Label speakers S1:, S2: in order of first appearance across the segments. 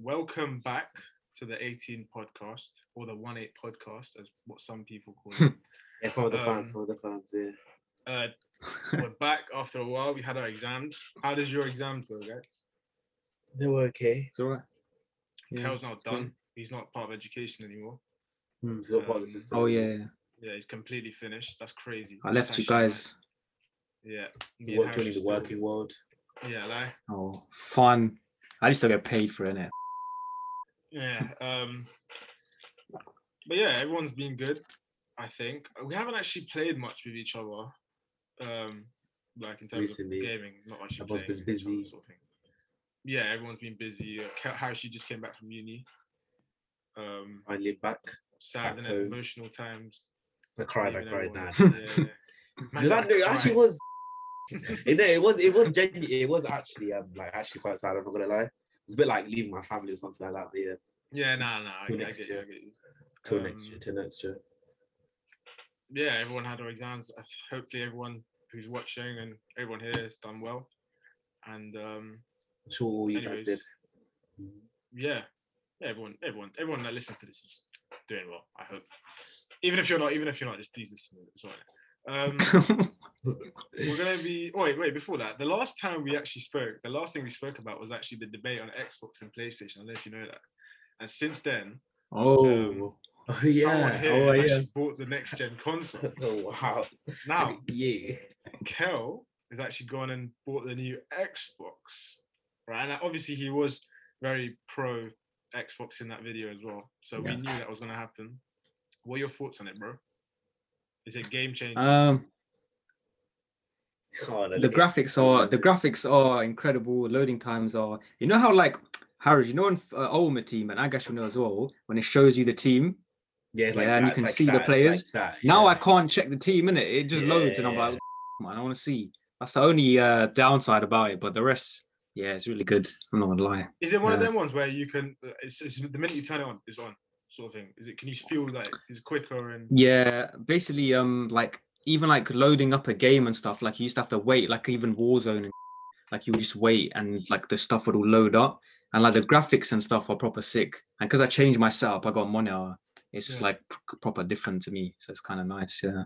S1: welcome back to the 18 podcast or the 18 podcast, as what some people call it.
S2: Yeah, some of the
S1: Um,
S2: fans, some of the fans, yeah.
S1: uh, we're back after a while. We had our exams. How did your exams go, guys?
S2: They were okay.
S3: It's all right. Yeah.
S1: Cal's now
S3: fine.
S1: done. He's not part of education anymore.
S3: Hmm.
S2: It's not part of
S1: Um,
S2: the system.
S3: Oh yeah,
S1: Yeah, he's completely finished. That's crazy.
S3: I left you
S1: Actually, like,
S3: guys.
S1: Yeah. me
S2: We
S1: and
S2: work
S1: Harris
S2: in the
S1: are
S2: working
S1: still-
S2: world.
S1: Yeah, like,
S3: Oh, fun. I just don't get paid for it. innit?
S1: yeah. Um, but yeah, everyone's been good, I think. We haven't actually played much with each other. Um, like in terms
S2: Recently.
S1: of gaming, not actually
S2: Everyone's
S1: playing
S2: been
S1: with each other
S2: busy.
S1: Sort of thing. Yeah, everyone's been busy. Uh, Ca- Harris, you just came back from uni. Um,
S2: Finally back.
S1: sad
S2: Back
S1: and
S2: home.
S1: emotional times.
S2: I cried, I
S1: leaving
S2: cried now.
S1: everyone. Yeah, yeah. Man
S2: Because I
S1: said
S2: knew- it actually
S1: cried.
S2: was. it, no, it was. It was genuinely. It was actually. Um, like actually quite sad. I'm not gonna lie. It's a bit like leaving my family or something like that. But yeah,
S1: Yeah, nah, nah. I,
S2: Till
S1: I
S2: next
S1: get you. I
S2: year.
S1: get you.
S2: till next year.
S1: Um,
S2: Till next year.
S1: yeah, everyone had their exams. I th- Hopefully, everyone who's watching and everyone here has done well. And um,
S2: I'm sure all you
S1: anyways,
S2: guys did.
S1: yeah, yeah, everyone, everyone, everyone that listens to this is doing well. I hope. Even if you're not, even if you're not, just please listen to it. It's all right. Um, we're gonna be. oh, Wait, wait. Before that, the last time we actually spoke, the last thing we spoke about was actually the debate on Xbox and PlayStation. I don't know if you know that. And since then,
S3: oh,
S2: Oh
S1: someone
S2: yeah.
S1: here
S3: oh, yeah.
S1: actually bought the next gen console.
S2: Oh wow.
S1: Now,
S2: Yeah.
S1: Kel has actually gone and bought the new Xbox, right? And obviously he was very pro Xbox in that video as well, so we knew
S3: Yes.
S1: that was going to happen. What are your thoughts on it, bro? Is it game changing?
S3: um,
S2: Oh, no,
S3: the
S2: look at-
S3: graphics are the
S2: Amazing.
S3: graphics are incredible. Loading times are. You know how like Harris, you know on uh, Ultimate Team and Agash will know as well when it shows you the team.
S2: Yeah, it's like
S3: Yeah, and you
S2: that,
S3: can
S2: it's like
S3: see the
S2: that, it's
S3: players.
S2: like that,
S3: Now I
S2: yeah.
S3: can't check the team in it. It just loads and I'm like, man, I want to see. That's the only uh, downside about it, but the rest, yeah, it's really good. I'm not gonna lie.
S1: is it one of
S3: yeah.
S1: them ones where you can? uh, It's, it's the minute you turn it on, it's on, sort of thing. Is it? Can you feel like it's quicker and?
S3: Yeah, basically, um, like even like loading up a game and stuff, like you used to have to wait, like even Warzone, and like you would just wait and like the stuff would all load up, and like the graphics and stuff are proper sick. And because I changed my setup, I got a monitor. It's just
S1: Yeah.
S3: like pr- proper different to me, so it's kind of nice. Yeah,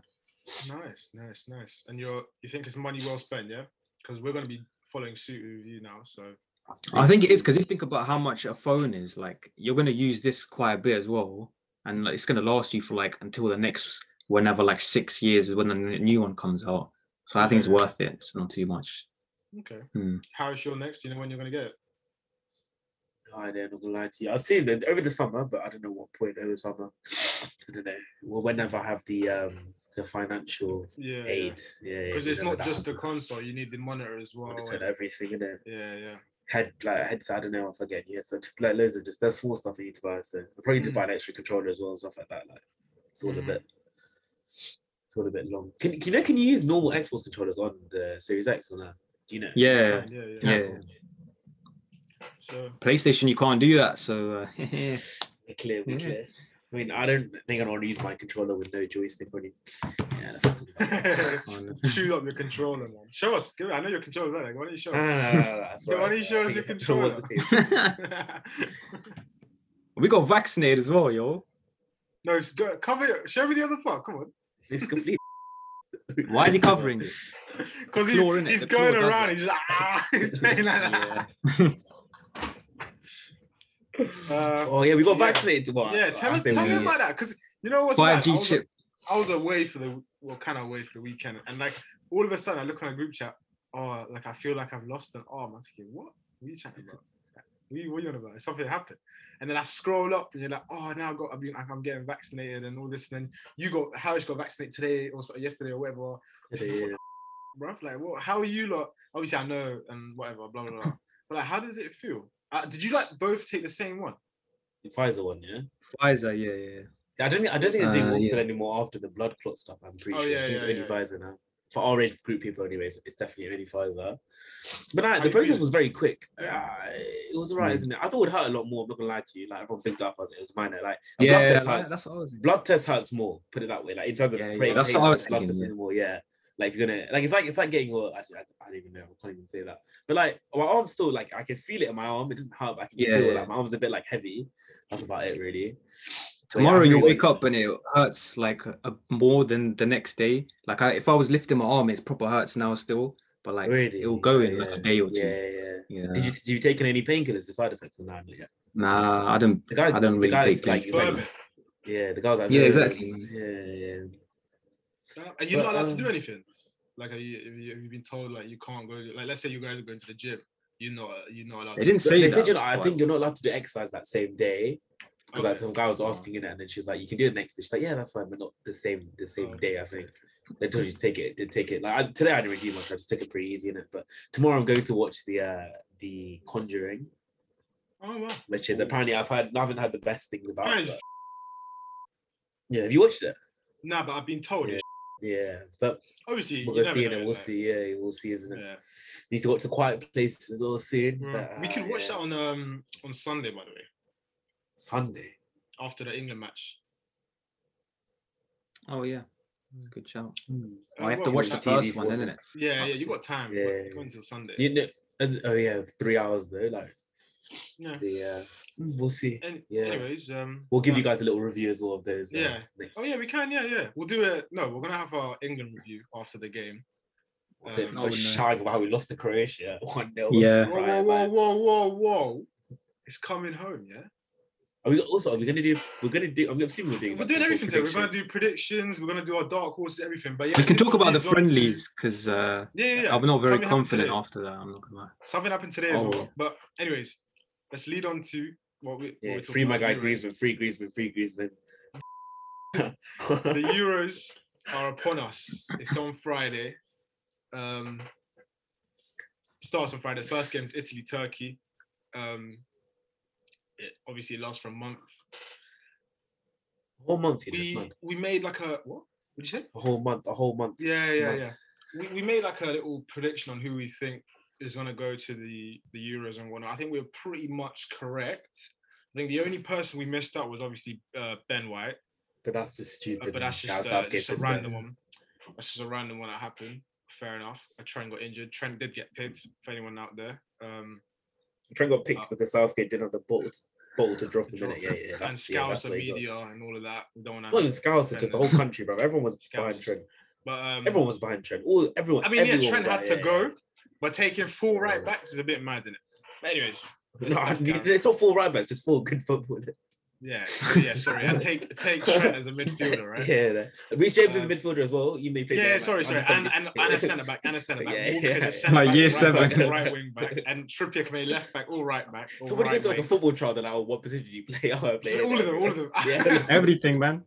S1: Nice, nice, nice. And you're you think it's money well spent, yeah? Because we're going to be following suit with you now, so
S3: I think it is because if you think about how much a phone is, like you're gonna use this quite a bit as well, and like, it's gonna last you for like until the next whenever like six years when the n- new one comes out. So I think it's
S1: Yeah.
S3: worth it. It's not too much.
S1: okay.
S3: Hmm.
S1: How is your next? Do you know when you're going to get it?
S2: No idea, I'm not gonna lie to you. I've seen it over the summer, but I don't know what point over the summer. I don't know. Well, whenever I have the um the financial
S1: Yeah. yeah.
S2: aid, yeah, yeah,
S1: because it's not
S2: whenever that
S1: just the
S2: happens.
S1: console you need the monitor as well
S2: Well, it's
S1: and-
S2: had everything in it.
S1: yeah yeah
S2: Head like headset, I don't know if I get yeah. So just like loads of just there's small stuff that you need to buy. So I probably
S1: Mm.
S2: need to buy an extra controller as well and stuff like that. Like it's all a
S1: Mhm.
S2: bit it's all a bit long. Can, can you know can you use normal Xbox controllers on the Series X or not? Do you know?
S3: Yeah,
S1: yeah yeah,
S3: yeah.
S1: so
S3: PlayStation, you can't do that. So uh, yeah,
S2: We're clear, we're
S3: Yeah.
S2: clear. I mean, I don't think I want to use my controller with no joystick or anything. Yeah, that's what I'm talking about.
S3: on-
S1: shoot up your controller man show us give, i know your controller better why don't you show
S2: No,
S1: us
S2: no, no, no, no, Ah, that's
S1: Yeah,
S2: what I
S1: why don't you
S2: said.
S1: show
S2: I
S1: us
S2: think
S1: your
S2: it was the same.
S3: we got vaccinated as well, yo.
S1: no it's good cover your, show me the other part come on
S2: It's complete.
S3: Why is he covering it?
S1: because
S3: claw, innit?
S1: he's
S3: The claw
S1: going
S3: does
S1: around
S3: it.
S1: he's like ah he's saying like that
S3: Yeah.
S1: Uh,
S2: Oh yeah, we got
S1: Yeah.
S2: vaccinated. What?
S1: yeah tell
S2: I
S1: us
S2: say
S1: tell
S2: we-
S1: me
S3: yeah.
S1: about that because you know what's mad? I
S3: 5G
S1: was-
S3: chip.
S1: I was away for the well, kind of away for the weekend, and like all of a sudden, I look on a group chat. Oh, like I feel like I've lost an arm. I'm thinking, what? What are you chatting about? What are you, what you on about? Something happened, and then I scroll up, and you're like, oh, now I got. I mean, like, I'm getting vaccinated and all this. And then you got Harris got vaccinated today or so, yesterday or whatever.
S2: Yeah.
S1: Bruv, like, what? How are you lot? Obviously, I know and whatever, blah blah blah. But like, how does it feel? Uh, did you like both take the same one?
S2: The uh, Pfizer one, yeah.
S3: Pfizer, yeah, yeah.
S2: I don't think I don't think they're doing
S3: Uh,
S2: Oxford
S3: yeah.
S2: anymore after the blood clot stuff. I'm pretty
S1: Oh,
S2: sure
S1: yeah,
S2: it's
S1: yeah,
S2: only
S1: yeah.
S2: Pfizer now. For our age group people, anyways, it's definitely only Pfizer. But nah,
S1: How
S2: the
S1: you
S2: process
S1: feeling?
S2: was very quick. Uh, it was alright,
S3: Mm.
S2: isn't it? I thought it would hurt a lot more. I'm not gonna lie to you. Like everyone picked up as it was minor. Like a
S3: Yeah,
S2: blood test
S3: like,
S2: hurts.
S3: that's what I was.
S2: blood test hurts more. Put it that way. Like in terms of
S3: Yeah, yeah,
S2: brain
S3: that's what
S2: pain,
S3: I was
S2: blood
S3: thinking,
S2: test
S3: yeah.
S2: is more. Yeah, Like if you're gonna like it's like it's like getting your actually I, I don't even know I can't even say that but like my arm's still like I can feel it in my arm it doesn't hurt but I can
S3: Yeah,
S2: feel
S3: yeah.
S2: like my arm's a bit like heavy that's about it really But yeah,
S3: Tomorrow
S2: I've
S3: you'll
S2: really
S3: wake up and it hurts like a, more than the next day. Like I, if I was lifting my arm, it's proper hurts now still, but like
S2: really
S3: it'll go in like
S2: yeah,
S3: a day or two.
S2: yeah yeah
S3: Yeah.
S2: did you did you take any painkillers the side effects of that yeah
S3: Nah, I don't.
S2: the guy
S3: I don't
S2: the
S3: really
S2: guy
S3: take
S2: is like,
S3: like,
S2: he's like
S1: Verb.
S2: yeah the guy's like
S3: Yeah,
S2: "No,
S3: exactly.
S2: yeah yeah
S1: Are you not
S2: But,
S1: allowed to
S2: um,
S1: do anything? Like, are you, have you have you been told like you can't go? Like, let's say you guys are going to the gym. You're not you're not allowed.
S3: They
S1: to-
S3: didn't say
S2: they
S3: that.
S2: said you know I
S3: but-
S2: think you're not allowed to do exercise that same day because like
S1: Okay.
S2: some guy was
S3: Oh.
S2: asking in it, and then she was like, "You can do it next." day." She's like, "Yeah, that's fine, but not the same the same
S1: Oh,
S2: day." I think they told you to take it. Did take it like I, today? I didn't really do much. I just took it pretty easy in it. But tomorrow I'm going to watch the uh the Conjuring,
S1: Oh wow.
S2: which is apparently I've had I haven't had the best things about.
S1: Apparently
S2: it,
S1: it's-
S2: but- yeah, have you watched it?
S1: Nah, but I've been told. it's
S2: Yeah, but
S1: Obviously, you
S2: we'll
S1: never
S2: see in
S1: know,
S2: it. We'll
S1: like,
S2: see. Yeah, we'll see, isn't it?
S1: Yeah.
S2: Need to watch the Quiet Place as well soon.
S1: Mm.
S2: but,
S1: we
S2: uh,
S1: can watch
S2: yeah.
S1: that on um on Sunday, by the way,
S2: Sunday.
S1: after the England match.
S3: Oh yeah, that's a good shout.
S1: Uh,
S3: I have to
S1: well,
S3: watch
S1: we
S3: the
S2: watch
S1: can-
S2: TV
S3: first one,
S2: for-
S3: isn't it?
S1: Yeah, yeah,
S3: Obviously.
S1: you got time.
S2: Yeah,
S1: Yeah,
S2: yeah,
S1: Go until Sunday.
S2: You know, and- oh yeah, three hours though. Like
S1: yeah.
S2: the uh, we'll see.
S1: And
S2: yeah.
S1: anyways, um,
S2: We'll give
S1: nah.
S2: you guys a little review as well of those. uh,
S1: Yeah.
S2: next-
S1: Oh yeah, we can. Yeah, yeah. We'll do it. No, we're gonna have our England review after the game.
S2: I'll say
S1: Um,
S2: because
S3: Oh, no.
S2: shouting about how we lost to Croatia one 0
S3: Yeah.
S1: Whoa, whoa, whoa, whoa, whoa, whoa! It's coming home. Yeah.
S2: Are we also? Are we gonna do? We're gonna do. I'm assuming we're doing.
S1: We're
S2: like
S1: doing
S2: some
S1: everything
S2: sort
S1: today.
S2: of
S1: We're gonna
S2: prediction.
S1: do predictions. We're gonna do our dark horses, everything. But yeah,
S3: we can
S1: this
S3: talk about the
S1: leads on to-
S3: friendlies because uh,
S1: Yeah, yeah, yeah.
S3: I'm not very
S1: Something happened
S3: confident
S1: today.
S3: after that. I'm not gonna lie.
S1: Something happened today as
S3: Oh.
S1: well. But anyways, let's lead on to what we. what
S2: Yeah,
S1: we're talking
S2: free my
S1: about,
S2: guy
S1: Euros.
S2: Griezmann, free Griezmann, free Griezmann.
S1: the Euros are upon us. It's on Friday. Um, starts on Friday. First game's Italy Turkey. Um, it obviously lasts for a month.
S2: whole month, you know, it's
S1: We
S2: mad.
S1: we made like a what? Would you say?
S2: a whole month, a whole month.
S1: Yeah,
S2: It's
S1: yeah,
S2: mad.
S1: yeah. We, we made like a little prediction on who we think is going to go to the the Euros and whatnot. I think we were pretty much correct. I think the only person we missed out was obviously uh, Ben White.
S2: But that's just
S1: Uh,
S2: stupid.
S1: but that's
S2: Gareth
S1: just, uh,
S2: Southgate
S1: just a
S2: system.
S1: random one. That's just a random one that happened. Fair enough. Uh, Trent got injured. Trent did get picked. For anyone out there, um,
S2: Trent got picked because Southgate didn't have the ball, ball to drop him in
S1: Oh. Drop
S2: it. Yeah, yeah.
S1: and
S2: That's, yeah,
S1: Scouse
S2: that's
S1: the
S2: what he got.
S1: media and all of that. We don't want
S2: Not even
S1: to.
S2: Scouse, it's just the whole country, bro. Everyone was
S1: Scouse.
S2: behind Trent.
S1: But um,
S2: Everyone was behind Trent. All everyone.
S1: I mean, yeah,
S2: everyone was
S1: Trent had
S2: like,
S1: to
S2: yeah,
S1: go,
S2: yeah.
S1: but taking four right
S2: Yeah.
S1: backs is a bit mad, is it? But anyways, It's
S2: No, I
S1: tough,
S2: mean,
S1: Gareth.
S2: it's not full right backs, just full good football.
S1: yeah, so yeah, sorry. And take take Trent as a midfielder, right?
S2: Yeah, no. Reece James is
S1: Um,
S2: a midfielder as well. You may play.
S1: Yeah,
S2: there,
S1: sorry,
S2: like,
S1: sorry,
S2: under
S1: and and,
S2: 70.
S1: and a centre back, and a centre back,
S2: Yeah,
S1: Walker's a
S2: yeah.
S1: centre
S3: Like
S1: back,
S3: year
S1: right
S3: seven.
S1: back, right wing back, and Trippier can play left back or right back. Or
S2: So when you go
S1: right
S2: to like a
S1: wing.
S2: football trial, they're like, oh, what position do you play? Oh, I play.
S1: All
S2: here,
S1: of them, all of
S2: that's-
S1: them.
S2: Yeah.
S3: Everything, man.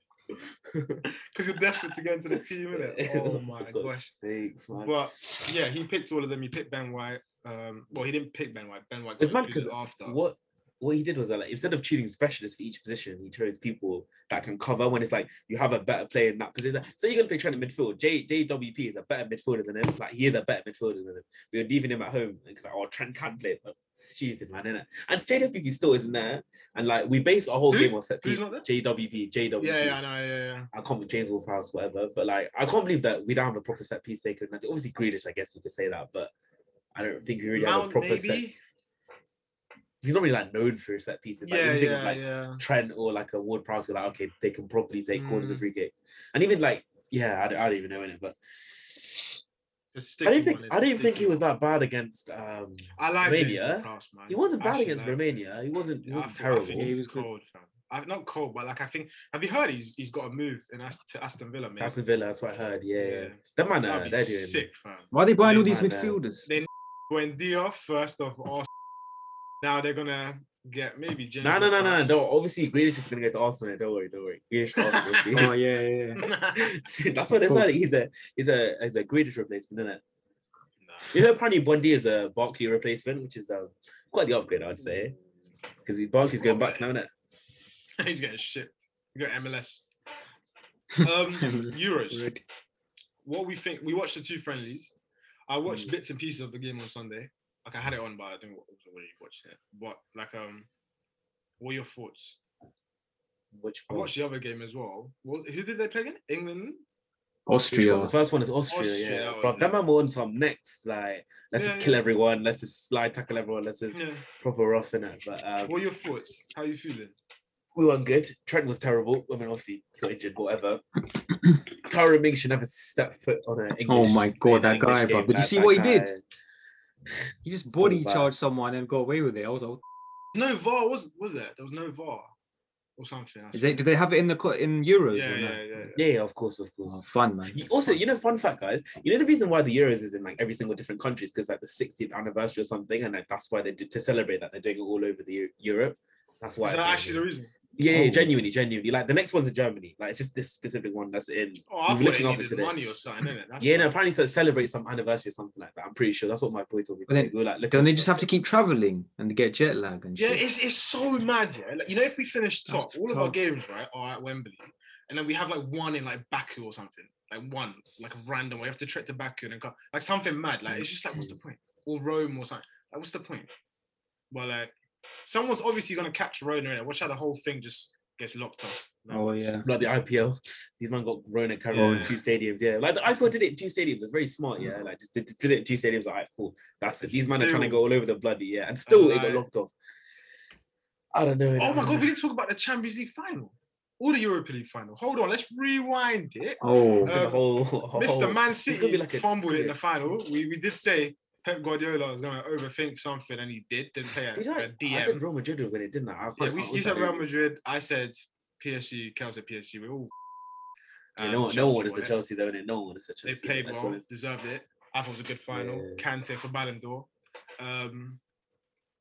S1: because you're desperate to get into the team, is Oh my
S2: For God's
S1: gosh.
S2: sakes, man.
S1: But yeah, he picked all of them. He picked Ben White. Um, well, he didn't pick Ben White. Ben White
S2: It's
S1: got
S2: mad 'cause
S1: recruited after.
S2: what what he did was that like instead of choosing specialists for each position, he chose people that can cover when it's like you have a better player in that position. So you're gonna play Trent in midfield. J JWP is a better midfielder than him. Like he is a better midfielder than him. We were leaving him at home because like, oh Trent can't play. But stupid man, innit? And JWP still isn't there. And like we base our whole
S1: Who?
S2: game on set
S1: Who's
S2: piece.
S1: not there?
S2: JWP, JWP.
S1: Yeah, yeah, I know, yeah, yeah.
S2: I can't believe James Wolfhouse, whatever. But like, I can't believe that we don't have a proper set piece taker. Like, Obviously, Grealish, I guess you could say that, but I don't think we really have a
S1: Mount
S2: proper
S1: maybe.
S2: set. He's not really like known for his set pieces. Like,
S1: yeah,
S2: if you think of
S1: yeah,
S2: like
S1: yeah.
S2: Trent or like a Ward Prowse, you're like, okay, they can properly take corners
S1: Mm.
S2: and free kick, and even like, yeah, I don't, I don't even know in it, but
S1: Just
S2: I
S1: stick
S2: didn't
S1: him
S2: think
S1: on it,
S2: I
S1: just
S2: didn't
S1: stick
S2: think he
S1: him
S2: was
S1: on.
S2: that bad against. um
S1: I like
S2: Romania.
S1: Man.
S2: He wasn't bad
S1: Actually
S2: against
S1: liked him.
S2: Romania. He wasn't. He
S1: Yeah, I think-
S2: wasn't
S1: I think
S2: terrible.
S3: Yeah, he
S1: he's
S3: was good.
S1: cold, fam. I, not cold, but like I think. Have you heard he's he's got a move in Ast- to Aston Villa, mate?
S2: Aston Villa, that's what I heard. Yeah, yeah. that man, uh,
S1: That'd
S2: they're
S1: be
S2: doing.
S1: sick, fam.
S3: Why are they buying all these
S2: Man, uh,
S3: midfielders?
S1: they- Buendia first off. Arsenal. Now they're gonna get maybe. James
S2: No, no, no, no,
S1: Ward-Prowse.
S2: no. Obviously, Grealish is gonna go to Arsenal. Don't worry, don't worry. Grealish to Arsenal. we'll see.
S3: Oh yeah, yeah. yeah.
S1: nah.
S2: See, that's why they
S3: Of
S2: said
S3: course.
S2: he's a he's a he's a greatest replacement, isn't it? You know, apparently Bundy is a Barkley replacement, which is um, quite the upgrade, I'd say, because Barkley's going back now, isn't it?
S1: He's getting shipped. You got MLS. Um,
S3: MLS.
S1: Euros.
S3: Already.
S1: What we think? We watched the two friendlies. I watched
S2: Mm.
S1: bits and pieces of the game on Sunday. Like I had it on, but I didn't wa- wasn't really watch it. But like, um, what are your thoughts?
S2: Which
S1: I
S2: one?
S1: watched the other game as well. What, who did they play again? England.
S2: Which one?
S3: Austria.
S2: The first one is Austria.
S1: Austria,
S2: yeah,
S1: that was
S2: bro.
S1: it.
S2: That man were on some next. Like, let's
S1: Yeah,
S2: just
S1: yeah.
S2: kill everyone. Let's just slide tackle everyone. Let's just
S1: Yeah.
S2: proper rough in it. But um,
S1: What are your thoughts? How you feeling?
S2: we weren't good. Trent was terrible. I mean, obviously he got injured, whatever. Tyra Mink should never step foot on an English.
S3: Oh my God,
S2: in an
S3: that guy, bro.
S2: game,
S3: Did you
S2: like,
S3: see
S2: that
S3: what he did?
S2: guy-
S3: He just
S2: so
S3: body
S2: bad.
S3: charged someone and got away with it. I was like,
S1: No VAR was was there? There was no VAR or something. I
S3: is they,
S1: swear.
S3: did they have it in the co- in Euros?
S1: yeah,
S3: or
S1: yeah,
S3: no?
S1: yeah, yeah.
S2: Yeah, yeah, of course, of
S3: Oh,
S2: course.
S3: fun man.
S2: You- Also, you know, fun fact, guys. You know the reason why the Euros is in like every single different country is because like the 60th anniversary or something, and like that's why they did to celebrate that they're doing it all over the Eu- Europe. That's why.
S1: Is
S2: it
S1: that
S2: is.
S1: actually the reason?
S2: yeah, yeah,
S3: Oh.
S2: genuinely, genuinely. Like the next one's in Germany. Like it's just this specific one that's in.
S1: Oh, I
S2: We
S1: thought they
S2: were looking up
S1: needed
S2: today.
S1: money or something, innit? That's
S2: yeah, no,
S1: why.
S2: apparently so it celebrates some anniversary or something like that. I'm pretty sure that's what my boy told me.
S3: But
S2: today.
S3: then-
S2: we were, like, looking
S3: Don't they
S2: up
S3: just
S2: stuff.
S3: have to keep traveling and get jet lag and
S1: Yeah,
S3: shit?
S1: it's, it's so mad, yeah. Like, you know, if we finish
S3: That's
S1: top, all of our
S3: tough.
S1: games, right, are at Wembley. And then we have like one in like Baku or something. Like one, like a random. We have to trek to Baku and then come like something mad. Like it's just like, what's the point? Or Rome or something. Like, what's the point? But like someone's obviously gonna catch Rona in it. Watch how the whole thing just gets locked off. Like,
S3: oh yeah.
S2: like the IPL. These man got Rona carried on
S1: Yeah.
S2: in two stadiums. Yeah, like the IPL did it in two stadiums. It's very smart. Yeah, like just did, did it in two stadiums. Like, alright, cool. That's it. These men are trying to
S1: Still-
S2: go all over the bloody yeah, and still it
S1: like-
S2: got locked off. I don't know.
S1: Oh my god, we
S2: we
S1: didn't talk about the Champions League final or the Europa League final. Hold on, let's rewind it.
S3: Oh,
S1: Uh, um,
S2: whole,
S1: Mr.
S2: whole-
S1: Man
S2: gonna
S1: City
S2: be like a- it's
S1: fumbled
S2: gonna
S1: it in
S2: be
S1: the
S2: a-
S1: final. We we did say Pep Guardiola was going to overthink something, and he did. Didn't play a,
S2: Did I,
S1: a
S2: I said
S1: DM.
S2: Real Madrid were winning, didn't I? I was
S1: Yeah,
S2: like,
S1: we,
S2: oh,
S1: you
S2: is
S1: said
S2: that
S1: Real
S2: Real-
S1: Madrid. I said PSG. Kel said PSG. We all.
S2: Yeah,
S1: um,
S2: no, one- no one
S1: Chelsea
S2: wanted
S1: won
S2: the
S1: it.
S2: Chelsea though, and no one wanted the
S1: They
S2: Chelsea.
S1: played
S2: Let's be
S1: well,
S2: honest.
S1: deserved it. I thought it was a good final.
S2: Yeah.
S1: Kante for Ballon d'Or. Um,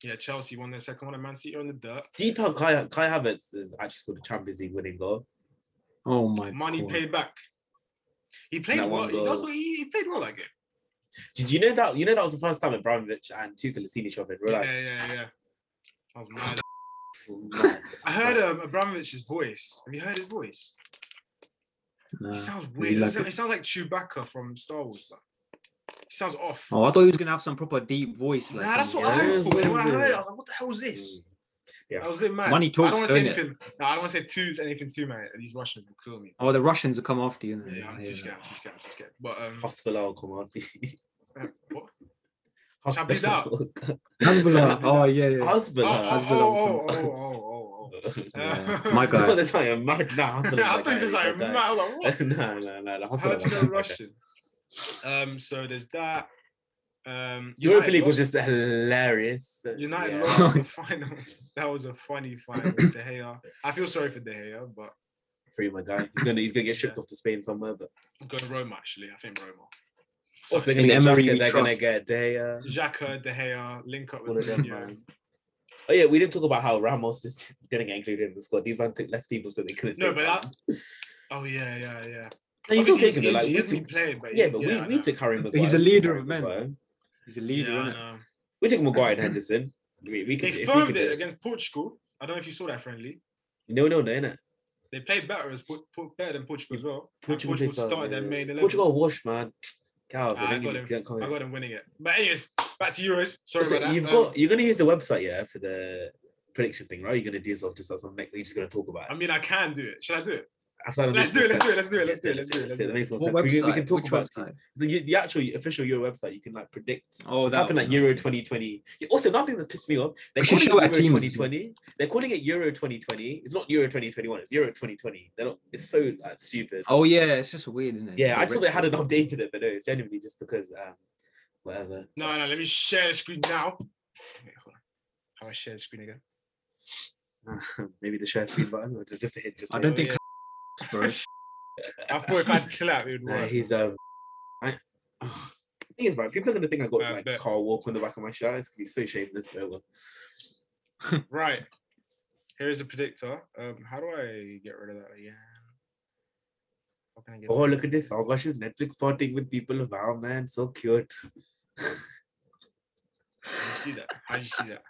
S1: yeah, Chelsea won their second one, and Man City are in the dirt.
S2: Deepak Kai, Kai Havertz has actually scored a Champions League winning goal.
S3: oh my.
S1: Money
S3: God.
S1: paid back. He played
S2: That
S1: well.
S2: one
S1: He, does,
S2: goal.
S1: he, he played well that game.
S2: Did you know that? You know that was the first time Abramovich and Tuchel had seen each other in real life.
S1: Yeah, yeah, yeah. I was mad.
S2: Mad.
S1: I heard um, Abramovich's voice. Have you heard his voice?
S3: Nah.
S1: He sounds weird. It
S3: like
S1: sound-
S3: it?
S1: it sounds like Chewbacca from Star Wars. Like. He sounds off.
S3: Oh, I thought he was gonna have some proper deep voice. Like
S1: nah, that's
S3: some-
S1: what I
S2: Yes,
S1: thought. And when I
S2: yes,
S1: heard it, I
S2: yes.
S1: was like, what the hell is this?
S2: Mm. Yeah.
S1: I was a bit mad.
S3: Money
S1: I don't
S3: talks,
S1: wanna say
S3: don't it?
S1: anything. No, I don't want to say too anything too mad. These Russians will kill me.
S3: Oh, the Russians will come after you. innit?
S1: Yeah, I'm
S3: Mm, Yeah.
S1: too scared. I'm too scared. I'm too scared. But um,
S2: Hospital will come after you.
S1: what? Champions
S2: Hospital. will come-
S3: Hezbollah. Oh yeah, yeah.
S1: Oh,
S2: Hospital.
S1: oh,
S2: Hospital
S1: oh, oh,
S2: will
S1: oh,
S2: come-
S1: oh, oh, oh.
S3: Yeah.
S1: Uh,
S3: My
S2: No,
S3: guy.
S2: that's like a mad. Nah, hospital.
S1: I thought he was like, mad. I was like, what?
S2: No, no, no. The
S1: How
S2: hospital.
S1: do you
S2: will
S1: know
S2: come.
S1: Russian? Um, so there's that. Um,
S2: Europa
S1: United
S2: League was
S1: lost-
S2: just hilarious.
S1: United
S2: Yeah.
S1: lost the final. That was a funny final. De Gea. I feel sorry for De Gea, but
S2: Free my guy. He's gonna he's gonna get shipped off to Spain somewhere, but
S1: go to Roma actually. I think Roma. So
S2: also they're
S3: in
S2: gonna get
S3: Emery
S2: Xhaka,
S3: we
S2: they're gonna
S3: trust.
S2: get Dea.
S1: Xhaka, De Gea, link up with
S2: All of them,
S1: Mourinho.
S2: man. Oh yeah, we didn't talk about how Ramos just didn't get included in the squad. These man took less people so they couldn't.
S1: No,
S2: take
S1: but
S2: Ramos.
S1: that. Oh yeah, yeah, yeah.
S2: No, he's still
S1: Obviously,
S2: taking it.
S1: injured,
S2: Like
S1: he
S2: we
S1: hasn't
S2: took,
S1: been playing, but he-
S2: yeah, but
S1: yeah, I
S2: we,
S1: know.
S2: we took Harry Maguire.
S3: He's a
S2: we took
S3: leader
S2: Harry
S3: of men.
S2: Maguire.
S3: He's a leader,
S1: Yeah, I
S3: innit?
S1: know.
S2: We took Maguire and Henderson. I mean,
S1: They
S2: we could. if we
S1: firmed
S2: could
S1: it
S2: do it.
S1: against Portugal. I don't know if you saw that friendly.
S2: No, no, no, innit?
S1: They played better as Por- Por- better than Portugal as well. And
S2: Portugal, did
S1: Portugal
S2: start,
S1: started their
S2: yeah.
S1: main eleven.
S2: Portugal wash, man. Cows.
S1: Ah, I
S2: I
S1: got him. I got them winning it. But anyways, back to Euros. Sorry
S2: So
S1: about that.
S2: you've
S1: Um,
S2: got you're gonna use the website, yeah, for the prediction thing, right? You're gonna do yourself just as something you're just gonna talk about.
S1: I
S2: it.
S1: mean, I can do it. Should I do it?
S2: I feel like that
S1: Let's do it.
S2: makes
S1: Let's
S2: more
S1: do it. Let's do it. Let's do it.
S2: sense. Let's do it. That makes more
S3: What
S2: sense. We can- We can
S3: website?
S2: talk
S3: Which
S2: about
S3: website?
S2: the, the actual official Euro website. You can like predict.
S3: Oh,
S2: Just
S3: that
S2: type in like
S3: one,
S2: Euro
S3: okay.
S2: 2020. Yeah, Also, another thing that's pissed me off. They're
S3: We should
S2: calling it
S3: show our
S2: Euro
S3: teams.
S2: 2020. They're calling it Euro 2020. It's not Euro 2021. It's Euro 2020. They're not. It's so like stupid.
S3: Oh yeah, it's just weird, isn't it? It's
S2: yeah, I
S3: like
S2: just thought they hadn't
S3: retro.
S2: updated it, but no, it's genuinely just because um, whatever.
S1: No, no. Let me share the screen now. Wait, hold on. How do I share the screen again?
S2: Maybe the share screen button or just, just a hit. Just
S3: I
S2: a
S3: don't
S2: hit.
S3: think.
S1: yeah.
S3: bro.
S1: I thought if I'd clap, it would
S2: Nah,
S1: work.
S2: he's um. I, oh, thing is, right? People are gonna think I got
S1: I
S2: like
S1: bet.
S2: Carl Walker on the back of my shirt. It's gonna be so shameless, but well.
S1: Right. Here is a predictor. Um, how do I get rid of that again? How can I get
S2: Oh,
S1: rid of
S2: look at this. Oh gosh, is Netflix partying with people. Wow, man, so cute.
S1: that? How do you see that? How do you see that?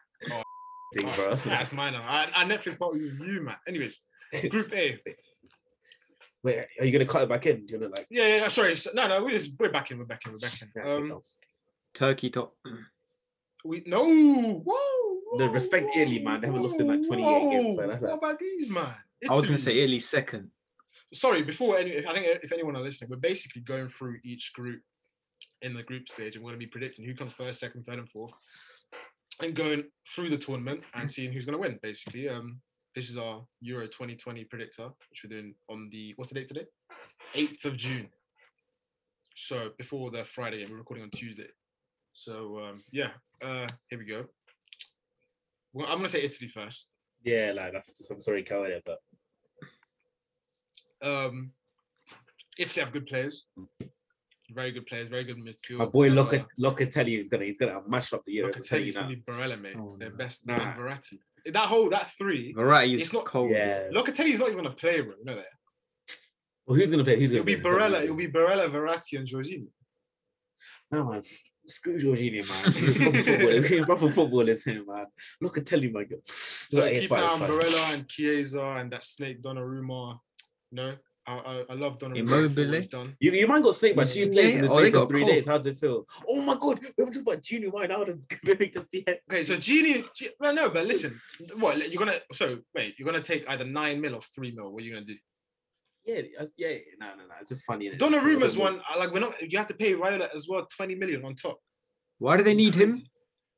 S2: Thing,
S1: Oh,
S2: bro.
S1: That's mine. now. I, I Netflix part with you, man. Anyways, Group A.
S2: Wait, are you gonna cut it back in? Do you know, like?
S1: Yeah, yeah, yeah, sorry. So, no, no, we're, just, we're back in. We're back in. We're back in.
S2: yeah,
S1: Um,
S2: no.
S3: Turkey top.
S1: We no. Whoa,
S2: No, respect Italy, man. They haven't lost in, like, 28 games,
S1: whoa,
S2: so that's
S1: What
S2: like-
S1: about these, man?
S3: I was gonna
S1: Italy.
S3: say Italy second.
S1: sorry, before any, I think if anyone are listening, we're basically going through each group in the group stage, and we're going to be predicting who comes first, second, third, and fourth, and going through the tournament and seeing who's going to win. Basically, um, this is our Euro 2020 predictor, which we're doing on the what's the date today? 8th of June. So before the Friday, and we're recording on Tuesday. So um, yeah, uh, here we go. Well, I'm gonna say Italy first.
S2: Yeah, like that's just I'm sorry, Cal, yeah, but
S1: Um, Italy have good players, very good players, very good midfield.
S2: my boy
S1: Uh,
S2: Loca- Locatelli is gonna he's gonna mash up the year. I'm telling you
S1: Locatelli's
S2: now.
S1: gonna be Barella, mate.
S3: Oh,
S1: Their
S3: no.
S1: best,
S2: Nah.
S1: and Verratti. That whole that three.
S3: Variety's
S1: It's not-
S3: cold.
S2: Yeah.
S1: Locatelli's not even gonna play, bro. You know that.
S2: Well, who's gonna play? Who's gonna
S1: It'll be
S2: play? Who's
S1: Barella.
S2: gonna
S1: It'll be Barella, Verratti, and Jorginho.
S2: No man, screw Jorginho, man. He's proper footballer. He's proper football is him, man. Locatelli, my God.
S1: So
S2: Right, it's
S1: keep
S2: fine, it's
S1: down
S2: fine.
S1: Barella and Chiesa and that snake Donnarumma. No, I I, I love Donnarumma. for what
S3: Immobile.
S1: he's done.
S2: You, you might got sick by two
S3: Yeah,
S2: plays in the
S3: oh, they
S2: space of
S3: got
S2: three
S3: cold.
S2: days. How does it feel? Oh my god, we haven't talked about Junior Wine out of Victor Fiat.
S1: Okay, so Genie, G- well, no, but listen, what you're gonna? So wait, you're gonna take either nine mil or three mil. What are you gonna do?
S2: Yeah, that's- yeah, no, no, no. It's just funny. innit?
S1: Donnarumma's
S2: It's-
S1: one. I- Like we're not. You have to pay Raiola as well, twenty million on top.
S3: Why do they need him?
S1: Crazy.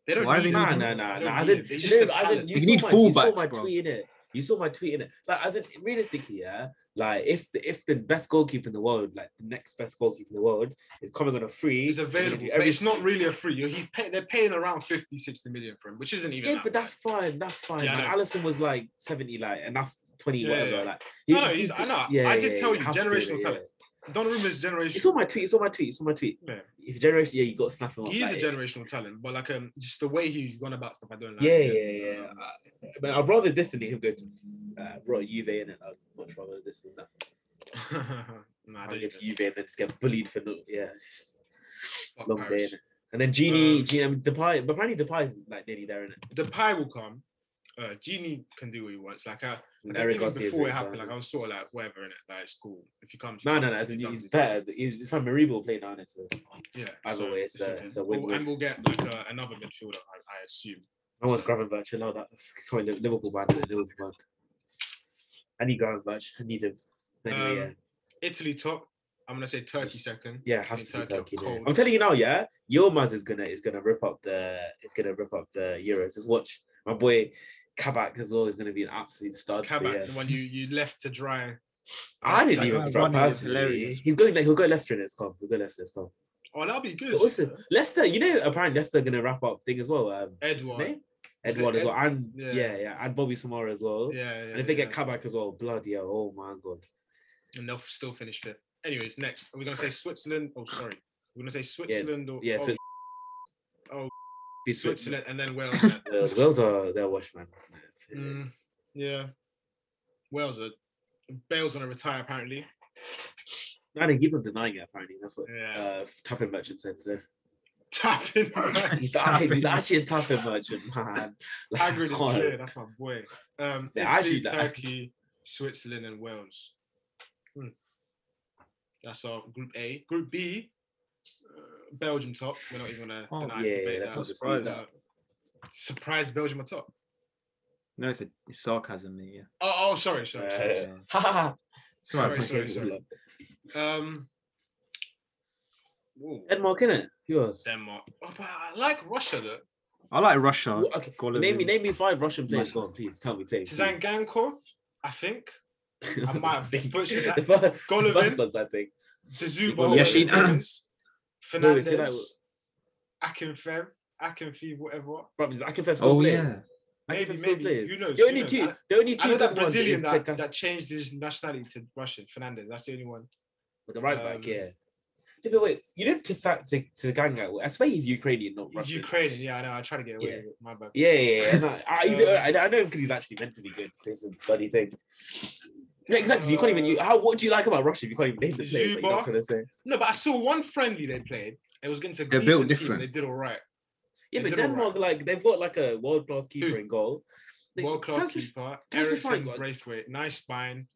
S1: They don't.
S3: Why do
S1: need
S3: they
S1: him.
S2: Nah,
S1: They
S3: need
S2: nah, nah,
S1: don't
S2: nah. As
S1: need
S2: in,
S1: him. It's just
S2: you
S1: the
S2: know, as in,
S1: talent.
S2: you,
S3: You
S2: saw
S3: need
S2: my, you saw
S3: fullbacks,
S2: my
S3: bro.
S2: tweet in it. You saw my tweet in it. Like, as in, realistically, yeah. Like, if the, if the best goalkeeper in the world, like the next best goalkeeper in the world, is coming on a free,
S1: He's
S2: they're gonna
S1: available,
S2: do
S1: but it's
S2: everything.
S1: not really a free. You're- He's pay, they're paying around 50, 60 million for him, which isn't even.
S2: Yeah,
S1: that
S2: but
S1: bad.
S2: that's fine. That's fine.
S1: Yeah, I
S2: like,
S1: know.
S2: Allison was like seventy, like, and that's twenty,
S1: Yeah,
S2: whatever.
S1: yeah.
S2: Like,
S1: No, no,
S2: you
S1: he's-
S2: do-
S1: I know. I did tell you,
S2: have to,
S1: generational
S2: yeah.
S1: talent. Donnarumma's generation.
S2: You saw my tweet. You saw my tweet. You saw my tweet.
S1: Yeah.
S2: If you're generation, yeah, you got to snap him up.
S1: He is a
S2: like,
S1: generational talent, but like um, just the way he's gone about stuff, I don't like.
S2: Yeah,
S1: it.
S2: yeah, yeah.
S1: Um,
S2: I, but I'd rather this than him go to uh, brought Juve in it. I'd much rather this than that.
S1: Um, nah, I
S2: I
S1: don't
S2: don't get to
S1: even-
S2: Juve and then just get bullied for no. Yeah, it's
S1: fuck
S2: long day.
S1: Paris.
S2: Innit? And then Genie,
S1: Um,
S2: Genie, I mean, Depay, but apparently Depay's like nearly there in it.
S1: The pie will come. Uh, Genie can do what he wants. Like I, Eric
S2: And Eric
S1: even
S2: Garcia.
S1: before it happened, like I was sort of like whatever in it, like it's cool. If you come,
S2: no, no, no. As in,
S1: you
S2: he's better. He's, it's from Maribo playing now, innit? So
S1: Yeah,
S2: Either way, it's a-
S1: okay.
S2: it's a
S1: We'll-
S2: win-win.
S1: and we'll get like uh, another midfielder, I, I assume.
S2: no one's grabbing Birch. No, that's sorry, Li- Liverpool band. innit? Liverpool band. I need Graven Birch. I need him. Anyway,
S1: Um,
S2: yeah.
S1: Italy top. I'm gonna say Turkey second.
S2: Yeah, it has
S1: in
S2: to be
S1: Turkey are
S2: Turkey. innit?
S1: cold.
S2: I'm telling you now, yeah, Yilmaz is gonna is gonna rip up the is gonna rip up the Euros. Just watch my boy Kabak as well is gonna be an absolute stud. but
S1: Kabak,
S2: yeah.
S1: the one you you left to dry.
S2: I didn't
S3: That
S2: even
S3: guy
S2: expect
S3: running is
S2: personally.
S3: hilarious.
S2: He's going like he'll go Leicester in his comp. He'll go Leicester in his comp.
S1: Oh, that'll be good.
S2: But also Leicester, you know, apparently Leicester are gonna wrap up thing as well. Um, what's his
S1: Edouard.
S2: name?
S1: Is it
S2: Edward as
S1: Ed-
S2: well, and
S1: Yeah.
S2: yeah, yeah, and Bobby Samara as well.
S1: yeah, yeah.
S2: and if they
S1: yeah.
S2: get Kabak as well, bloody hell, oh my god.
S1: and they'll still finish fifth. Anyways, next are we gonna say Switzerland? Oh, sorry, we're gonna say Switzerland or
S2: Yeah,
S1: oh,
S2: so
S1: oh,
S2: be
S1: Switzerland
S2: Switzerland.
S1: and then Wales. man.
S2: Uh, Wales are their watchman.
S1: Mm, yeah, Wales are Bale's gonna retire apparently.
S2: I didn't keep on denying it. Apparently, that's what
S1: Yeah,
S2: uh, Tappin Merchant said. So
S1: tapping.
S2: he's,
S3: Tappin.
S2: he's actually a Tappin Merchant, man. Like,
S1: Hagrid is
S2: God.
S1: clear. That's my boy. Um,
S2: Yeah,
S1: Italy,
S2: actually, that-
S1: Turkey, Switzerland, and Wales. Hmm. That's our group A. Group B, uh, Belgium top. We're not even gonna
S3: Oh,
S1: deny.
S2: yeah,
S1: debate
S2: that's
S1: that.
S2: not disputed.
S1: Uh, Surprised Belgium are top.
S3: No, it's, a, it's sarcasm, mate. Yeah.
S1: Oh, oh sorry, sorry, sorry.
S2: Yeah.
S3: So,
S2: Ha, ha, ha.
S3: it's all right,
S1: Sorry,
S3: bro.
S1: sorry, sorry. Um, ooh,
S2: Denmark, innit? Who else?
S1: Denmark. Oh, but I like Russia though.
S3: I like Russia.
S2: Wha- okay,
S3: Golovin.
S2: name me, name me five Russian players.
S3: Nice.
S2: Go on, please tell me, please. please.
S1: Zangankov, I think. I might have
S2: Think.
S1: butchered that.
S2: The fir- the
S1: Golovin.
S2: first ones, I think.
S1: The
S2: got
S1: Zubo.
S3: Yashin.
S2: No, it's like-
S1: Fernandez. Akinfev. Akinfev, whatever.
S2: Bro, is Akinfev still
S3: Oh
S2: playing?
S3: yeah.
S2: Akinfev
S1: Maybe,
S2: still
S1: maybe.
S2: plays.
S1: Who knows?
S2: The
S1: Who
S2: only
S1: knows?
S2: two,
S1: I-
S2: the only
S1: I
S2: two
S1: know
S2: good
S1: that
S2: ones is
S1: Brazilian that,
S2: Tekas-
S1: that changed his nationality to Russian. Fernandez. That's the only one.
S2: with the right
S1: um,
S2: back. Yeah. No, but wait, you know Tisak Tsaganga. I swear he's Ukrainian, not
S1: He's
S2: Russian.
S1: Ukrainian. Yeah, I know. I try to get away
S2: Yeah.
S1: with it. My bad.
S2: Yeah, yeah, yeah. No, I, he's,
S1: Um,
S2: I, I know him because he's actually mentally good. It's a bloody thing. Yeah, exactly. so you can't even. You, how? What do you like about Russia? If you can't even name the players. that You're
S1: Uh, Zuba.
S2: not gonna say.
S1: No, but I saw one friendly they played. It was against a
S3: They're built
S1: decent team. and
S3: different.
S1: They did all right.
S2: Yeah,
S1: They
S2: but
S1: did all
S2: Denmark, like they've got like a world class keeper in goal. They-
S1: World class
S2: Turkish-
S1: keeper.
S2: Turkish fine
S1: Ericsson
S2: got-
S1: Braithwaite. Nice spine.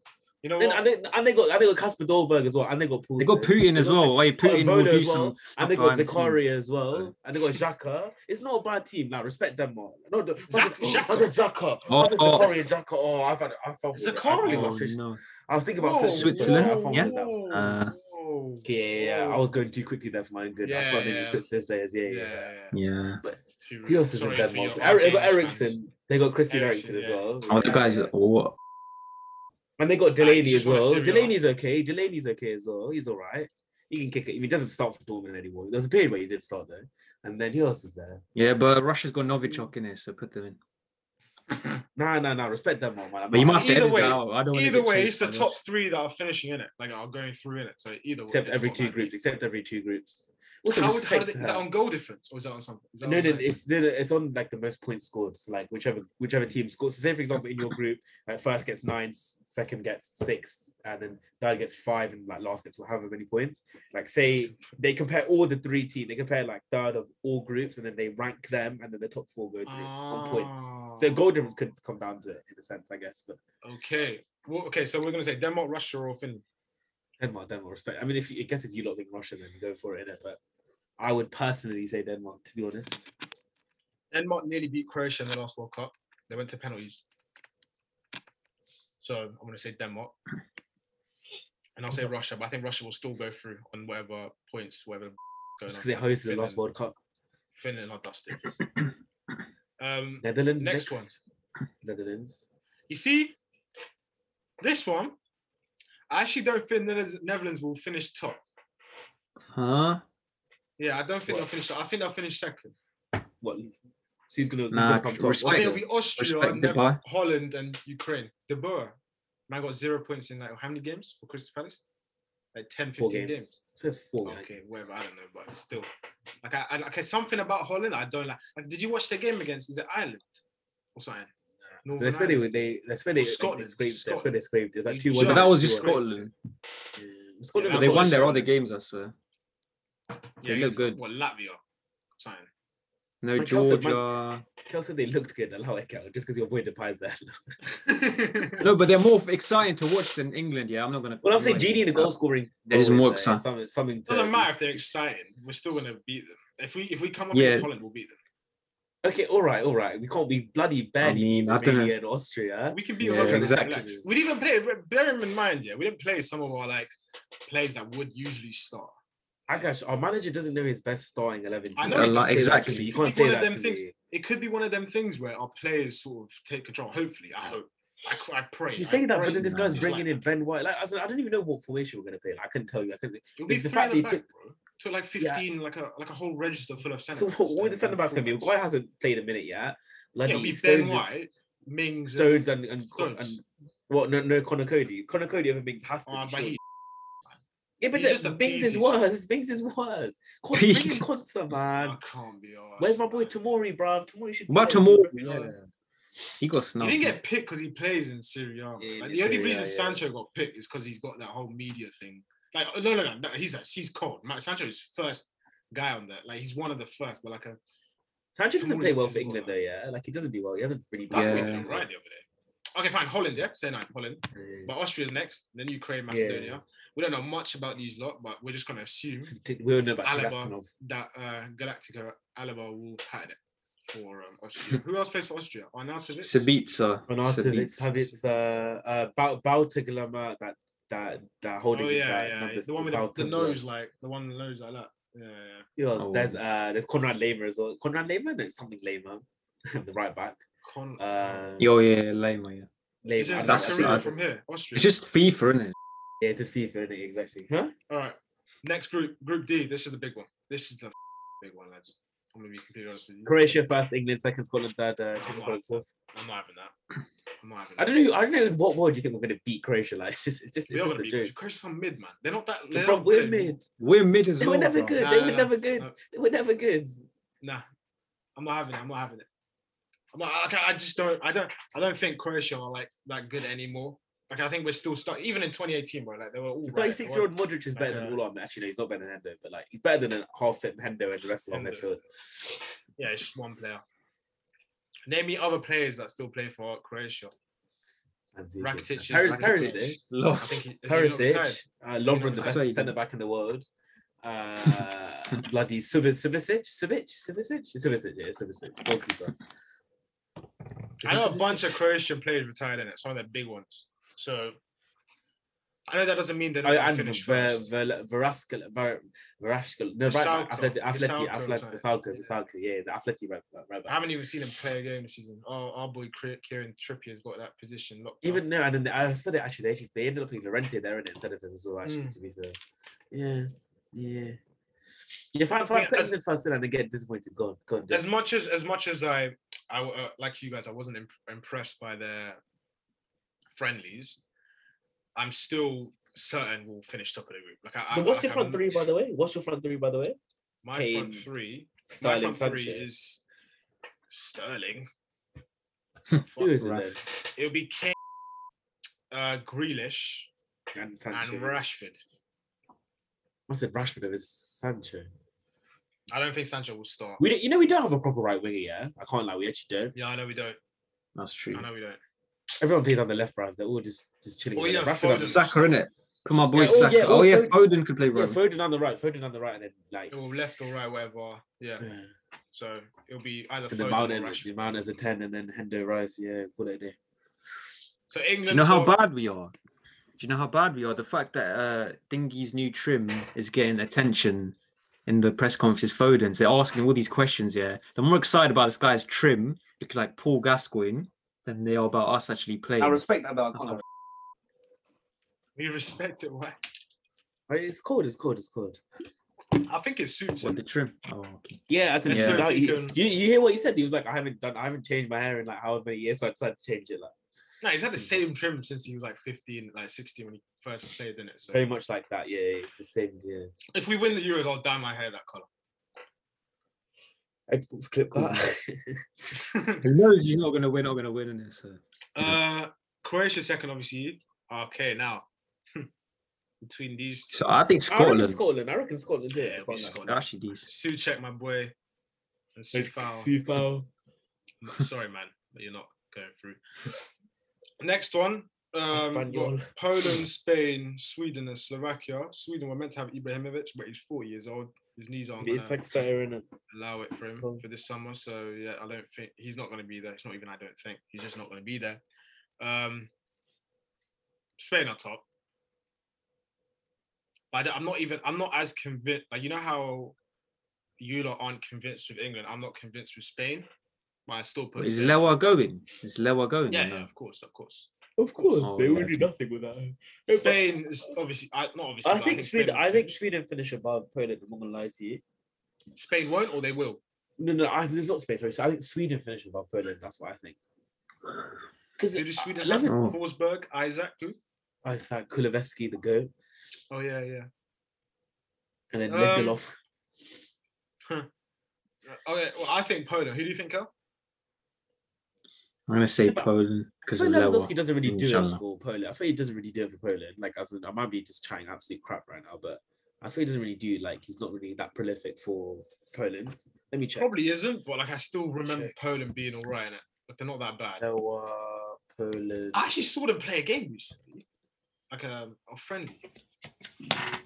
S1: You know
S2: And,
S1: what?
S2: and, they, and they got and they got Casper Dolberg as well, and they got Paul.
S3: They got Putin as well. Wait, Putin will
S2: Voda
S3: do
S2: as well,
S3: some. stuff
S2: and they got
S3: behind the scenes.
S2: Zakaria as well,
S3: so-
S2: and they got Xhaka. It's not a bad team. Like respect them more. No, no,
S1: Xhaka- Xhaka.
S2: How's a Xhaka?
S3: Oh,
S2: How's a
S3: oh.
S2: Zakaria Xhaka? Oh, I've had I felt
S1: Zakaria.
S2: I,
S3: Oh,
S2: was thinking
S3: no.
S2: I was thinking
S1: Whoa,
S2: about
S1: whoa,
S2: Switzerland.
S3: Switzerland,
S2: I fumbled
S3: yeah?
S2: it now.
S1: whoa,
S3: Uh,
S1: whoa.
S2: Okay, yeah, I was going too quickly there for my own good. I
S1: Yeah,
S2: started naming
S1: yeah.
S2: Switzerland players. Yeah,
S1: Yeah,
S2: yeah.
S1: yeah. yeah.
S3: Yeah.
S1: Too rude.
S2: Who else is
S1: Sorry
S2: in
S1: for your
S2: Denmark? Er- they
S1: Arcane
S2: got
S1: fans.
S2: Ericsson. They got Christian
S1: Eriksen,
S2: Eriksen as
S1: yeah.
S2: well.
S3: Oh, the
S2: Yeah.
S3: guys. are- Oh,
S2: And they got
S1: I
S2: Delaney
S1: just
S2: as
S1: wanna
S2: well.
S1: see Real.
S2: Delaney's okay. Delaney's okay as well. He's all right. He can kick it. He doesn't start for Dortmund anymore. There was a period where he did start though. And then who else is there?
S3: yeah, but Russia's got Novichok in it, so put them in.
S2: Nah, nah, nah. Respect them, man. I'm
S3: But you
S2: not-
S3: might have to
S1: Either
S3: edit
S1: way-
S3: that out. I don't want to
S1: Either
S3: get
S1: way,
S3: chased
S1: it's the
S3: by
S1: top
S3: Russia.
S1: three that are finishing in it. Like are going through in it. So either way,
S2: except
S1: it's
S2: every
S1: not
S2: two
S1: that
S2: groups.
S1: big.
S2: Except every two groups.
S1: How
S2: Also
S1: would- how
S2: respect
S1: do they- is
S2: her.
S1: that on goal difference or is that on something? Is that
S2: No,
S1: on
S2: no,
S1: like-
S2: it's no, no, it's on like the most points scored. So like whichever whichever team scores. So say for example, in your group, like first gets nine, s- second gets six, and then third gets five, and like last gets however many points. Like say they compare all the three teams. They compare like third of all groups, and then they rank them, and then the top four go through
S1: Ah.
S2: on points. So goal difference could come down to it in a sense, I guess. But
S1: Okay. Well, okay, so we're gonna say Denmark, Russia, or Finland.
S2: Denmark, Denmark, respect. I mean, if you, I guess if you lot think Russia, then go for it, innit? But I would personally say Denmark, to be honest.
S1: Denmark nearly beat Croatia in the last World Cup. They went to penalties. So I'm gonna say Denmark. And I'll say Russia, but I think Russia will still go through on whatever points, whatever going
S2: Just because
S1: on.
S2: they hosted the last
S1: Finland.
S2: World Cup.
S1: Finland are dusted. um
S2: Netherlands
S1: next one.
S2: Netherlands.
S1: You see, this one, I actually don't think the Netherlands will finish top.
S3: Huh?
S1: Yeah, I don't think
S2: What?
S1: they'll finish. top. I think they'll finish second.
S2: What? So who's gonna, who's
S3: Nah,
S1: I
S2: gonna come top?
S1: think
S3: respect-
S1: it'll be Austria,
S3: Respect
S1: Nether-
S3: Dubai.
S1: Holland, and Ukraine. De Boer, man, got zero points in like how many games for Crystal Palace? Like 10,
S2: Four
S1: 15
S2: games.
S1: games.
S2: So it's four. man.
S1: Okay, whatever. I don't know, but still, like, I, I, okay, something about Holland I don't like. Like, did you watch the game against? Is it Ireland or something?
S2: So that's where they would they that's where they, like, they
S1: Scotland,
S2: scraped. That's where they scraped. It's like
S1: You
S2: two one.
S1: just-
S3: But that was just
S1: Scotland.
S3: Scotland.
S2: Scotland
S1: Yeah,
S3: But
S2: are
S3: they
S2: not-
S3: won their other games, I swear.
S1: Yeah,
S3: They look
S1: against,
S3: good.
S1: What Latvia? Something.
S3: No,
S2: Like Chelsea, man.
S3: Georgia.
S2: Kel said they looked good. Allow it, Kel, just because your boy Depay's there.
S3: No, but they're more f- exciting to watch than England. Yeah, I'm not gonna.
S2: well, I'm
S3: you're
S2: saying
S3: right,
S2: GD in the
S3: yeah.
S2: goal scoring.
S3: They're just
S2: goal is
S3: more
S2: there.
S3: exciting.
S2: Something, something to-
S1: Doesn't matter if they're exciting. We're still gonna beat them. If we if we come up
S3: Yeah.
S1: against Holland, we'll beat them.
S2: Okay, all right, all right. We can't be bloody barely
S3: mean,
S2: beat
S3: I dunno.
S2: Romania and Austria.
S1: We can beat
S3: Yeah,
S1: Holland.
S3: exactly.
S1: Relax. We didn't even play. Bear in mind, yeah, we didn't play some of our like plays that would usually start.
S2: Agash, our manager doesn't know his best starting eleven.
S1: I
S2: you
S1: know
S2: can't
S1: he
S2: say that to
S3: Exactly.
S2: me. You
S1: It's
S2: can't
S1: one
S2: say
S1: of
S2: that
S1: them
S2: to
S1: things-
S2: me.
S1: It could be one of them things where our players sort of take control. Hopefully, I hope. I, c- I pray.
S2: You
S1: I
S2: say that,
S1: pray.
S2: but then this
S3: no,
S2: guy's
S1: it's
S2: bringing
S1: like
S2: in Ben White. Like, I, said, I don't even know what formation we're gonna play. Like, I couldn't tell you. I couldn't.
S1: It'll be
S2: the
S1: the fact
S2: fact they
S1: they took,
S2: took-
S1: to like
S2: Yeah.
S1: fifteen, like a like a whole register full of centre.
S2: So
S1: backs
S2: what, what are
S1: and-
S2: the
S1: and
S2: centre backs gonna be?
S1: fullbacks.
S2: Maguire hasn't played a minute yet.
S1: Yeah,
S2: Bloody
S1: it'll be Ben
S2: Stones, is-
S1: White, Mings, and
S2: Stones and and, Co-
S1: Stones.
S2: and what? No, no, Connor Cody. Connor Cody over Bings has to.
S1: uh,
S2: be,
S1: but
S2: surely.
S1: he-
S2: yeah, but
S1: he's
S2: the-
S1: just a
S2: Bings is
S1: PG.
S2: worse. Bings is worse. Con,
S3: Pete.
S2: bring in Konsa,
S1: I
S2: man.
S1: can't be arsed,
S2: Where's my boy
S1: man.
S2: Tamori, bruv? Tamori should.
S3: But
S2: play,
S3: tomorrow,
S2: you know?
S3: he got
S1: He
S3: snubbed.
S1: didn't
S3: man.
S1: get picked because he plays in Serie A. man.
S2: Yeah,
S1: like,
S2: in
S1: the only
S2: Serie A,
S1: reason
S2: yeah.
S1: Sancho got picked is because he's got that whole media thing. Like, oh, no, no, no, no he's he's cold. Matt Sancho is first guy on that. Like, he's one of the first, but like a
S2: Sanchez doesn't play
S1: Tomori
S2: well
S1: is
S2: for
S1: a
S2: England though.
S1: baller.
S2: Yeah, like he doesn't do well. He hasn't really.
S1: yeah. right
S2: done well
S1: the
S2: for
S1: other
S2: England.
S1: day. Okay, fine. Holland, yeah. Say nine, Holland.
S2: Yeah.
S1: But Austria's next. Then Ukraine, Macedonia. We don't know much about these lot, but we're just gonna assume
S2: We don't know about
S1: Alaba.
S2: Glasmanov.
S1: that uh, Galactica Alaba will pattern it for um, Austria. Who else plays for Austria? Arnautovic.
S3: Sabitzer. Sabitzer.
S2: Renatovitz, Habits, uh, uh, Bau- Bautaglama, that that that holding.
S1: Oh yeah,
S2: that
S1: yeah.
S2: number
S1: The one with the, the
S2: Bautagla.
S1: nose, like the one with the nose like that. Yeah, yeah.
S2: Who else? There's
S3: Oh.
S2: uh, there's Conrad Lamer as well. Conrad Lamer, no, something Lamer, the right back.
S1: Con-
S2: Uh,
S3: Yo, yeah, yeah, lame, yeah.
S1: it's
S2: Lamer.
S1: just
S3: that's
S1: Korea
S3: what I-
S1: from here, Austria.
S3: It's just FIFA, isn't it?
S2: Yeah, it's just FIFA, isn't it? exactly. Huh?
S1: All right, next group, Group D. This is the big one. This is the big one, lads. I'm gonna be completely honest with you.
S2: Croatia first, England second, Scotland third, uh, Czech
S1: wow.
S2: Republic fourth.
S1: I'm not having that. I'm not having that.
S2: I don't know. I don't know. in What world do you think we're gonna beat Croatia? Like it's just, it's just,
S1: We
S2: it's
S1: are
S2: just
S1: gonna
S2: a
S1: be
S2: joke.
S1: good. Croatia's on mid, man. They're not that. They're
S2: Bro,
S1: not
S2: we're
S1: good.
S2: mid.
S3: We're mid as
S2: They
S3: well.
S2: were never
S3: bro.
S2: good.
S1: Nah,
S2: They
S1: nah,
S2: were
S1: nah.
S2: never good.
S1: Nah.
S2: They were never good.
S1: Nah, I'm not having it. I'm not having it. I'm not, I, can't- I just don't. I don't. I don't think Croatia are like that good anymore. Like I think we're still stuck. Even in 2018, bro, like they were all right. They
S2: Thirty-six year
S1: weren't-
S2: old Modric is better
S1: Like,
S2: than
S1: uh,
S2: all of them. Actually, no, he's not better than Hendo, but like he's better than half fit Hendo and the rest of our
S1: Hendo.
S2: midfield.
S1: Yeah, it's just one player. Name me other players that still play for Croatia.
S2: And Zico.
S1: Rakitic is-
S2: Paris- eh?
S1: Rakitic.
S2: Perisic.
S1: I
S3: Love.
S1: think he- is he not retired?
S2: Perisic, uh, Lovren,
S1: not
S2: the
S1: retired?
S2: best
S3: So he
S2: centre
S3: didn't.
S2: back in the world. Uh, bloody Subic, Subicic, Subic, Subicic, Subicic, yeah, Subicic, goalkeeper. Is
S1: I
S2: it
S1: know a
S2: Subisic?
S1: bunch of Croatian players retired in it, some of the big ones. So I know that doesn't mean they're not
S2: Oh,
S1: going
S2: and
S1: to finish
S2: Ver-
S1: first.
S2: Ver- Veraskal, Ver- Veraskal, no, right
S1: Vesalko,
S2: back, Atleti, Atleti,
S1: Vesalko,
S2: Atleti,
S1: sorry.
S2: Vesalko,
S1: Yeah.
S2: Vesalko, yeah, the Atleti right back, right
S1: I
S2: back.
S1: haven't even seen him play a game this season. Oh, our boy Kri- Kieran Trippier's got that position locked.
S2: Even
S1: up.
S2: no, and then they, I suppose they actually they actually they ended up playing Llorente there in it instead of him as well. Actually,
S1: Mm.
S2: to be fair, yeah, yeah. You find five
S1: Yeah,
S2: players
S1: as-
S2: in first and they get disappointed. God, God,
S1: as much as as much as I, I w- uh, like you guys, I wasn't imp- impressed by their friendlies. I'm still certain we'll finish top of the group. Like I,
S2: So
S1: I,
S2: what's
S1: like
S2: your
S1: I'm-
S2: front three, by the way? What's your front three, by the way?
S1: My front
S2: Kane,
S1: three. My
S2: Sterling,
S1: front three
S2: Sanchez.
S1: is Sterling.
S2: Who is it
S3: Ra-
S2: then?
S1: It'll be Kane, uh, Grealish,
S2: And
S1: and
S2: Sancho.
S1: Rashford.
S2: I said Rashford over Sancho.
S1: I don't think Sancho will start.
S2: We don't, you know we don't have a proper right winger, yeah. I can't lie, we actually don't.
S1: yeah, I know we don't.
S3: That's true.
S1: I know we don't.
S2: Everyone plays on the left, bruv. They're all just just chilling.
S1: Oh,
S2: over there.
S1: yeah,
S2: Rashford on
S1: Foden.
S2: the,
S3: Saka, innit? Come on, boy,
S2: Yeah, oh,
S3: Saka.
S2: yeah,
S3: Oh, yeah,
S2: also-
S3: Foden could play
S2: yeah,
S3: right.
S2: Foden on the right, Foden on the right, and then like
S1: It will left or right, whatever. Yeah.
S2: yeah.
S1: So it'll be either
S2: And the
S1: Foden
S2: Mount
S1: or
S2: and the
S1: Rashford.
S2: Mount as a ten, and then Hendo Rice. Yeah, call it a day.
S1: So
S3: Do
S1: England.
S3: you know how
S1: or-
S3: bad we are? Do you know how bad we are? The fact that uh, Dingy's new trim is getting attention in the press conferences, Foden's. They're asking all these questions, yeah. They're more excited about this guy's trim, looking like Paul Gascoigne, than they are about us actually playing.
S2: respect that, though.
S3: That's how-
S1: We respect it. Why?
S2: It's cold. It's cold. It's cold.
S1: I think it suits
S3: What
S1: him.
S3: the trim? Oh, okay.
S2: Yeah, I said.
S3: Yeah.
S2: now
S1: You
S2: he-
S1: can-
S2: you, you hear what he said? He was like, I haven't done. I haven't changed my hair in like however many years. So I decided to change it. Like
S1: No, he's had the same trim since he was like 15, like 16 when he first played in it. So
S2: very much like that. Yeah, yeah, it's the same. Yeah.
S1: if we win the Euros, I'll dye my hair that
S2: Xbox clip
S3: Cool.
S2: that.
S1: color.
S3: He knows he's not going to win, not going to win in this. So.
S1: uh, Croatia second, obviously. Okay, now hmm. between these, two,
S3: so I think
S2: I reckon
S3: Scotland.
S2: Scotland. I reckon Scotland.
S1: yeah,
S2: Yeah,
S1: it'll be
S3: They're
S1: Scotland.
S3: actually decent.
S1: Suchek, my boy, and Sufal.
S2: Sufal.
S1: Sorry, man, but you're not going through. Next one. Um, we've got
S2: Espanyol.
S1: Poland, Spain, Sweden, and Slovakia. Sweden were meant to have Ibrahimovic, but he's 40 years old. His knees aren't
S2: It's
S1: gonna
S2: like better in it.
S1: allow it for
S2: it's
S1: him
S2: cool.
S1: for this summer. So yeah, I don't think he's not going to be there. It's not even I don't think he's just not going to be there. Um, Spain are top, but I don't- I'm not even. I'm not as convinced. Like you know how you lot aren't convinced with England. I'm not convinced with Spain, but I still put.
S3: Is
S1: Spain top.
S3: Lewa going? Is Lewa going? or
S1: Yeah,
S3: no?
S1: yeah, of course, of course.
S2: Of course,
S3: Oh,
S2: they
S3: yeah,
S2: would do
S3: okay.
S2: nothing without him. Yeah, but
S1: Spain is obviously I, not obviously.
S2: I
S1: but
S2: think Sweden.
S1: will
S2: I think
S1: finish.
S2: Sweden finish above Poland. I'm not gonna lie to you.
S1: Spain won't, or they will.
S2: No, no, I, there's not space. Sorry, so I think Sweden finish above Poland. That's what I think. Because
S1: Who does Sweden have?
S2: Levin,
S3: Oh.
S1: Forsberg, Isaac, who?
S2: I said Kulevski the goat,
S1: Oh yeah, yeah.
S2: and then
S1: Um,
S2: Lindelof.
S1: Okay, Oh, well, I think Poland. Who do you think, Kel?
S3: I'm going to say
S2: Yeah, but-
S3: Poland
S2: I
S3: because
S2: swear
S3: of Lewa.
S2: Lewandowski doesn't really do
S3: Inshallah.
S2: it for Poland. I swear he doesn't really do it for Poland. Like as in, I might be just chatting absolute crap right now, but I swear he doesn't really do. Like he's not really that prolific for Poland. Let me check.
S1: Probably isn't, but like I still remember
S2: Check.
S1: Poland being all right in it. But they're not that bad.
S2: Lewa, Poland.
S1: I actually saw them play a game recently, like um, a friendly. I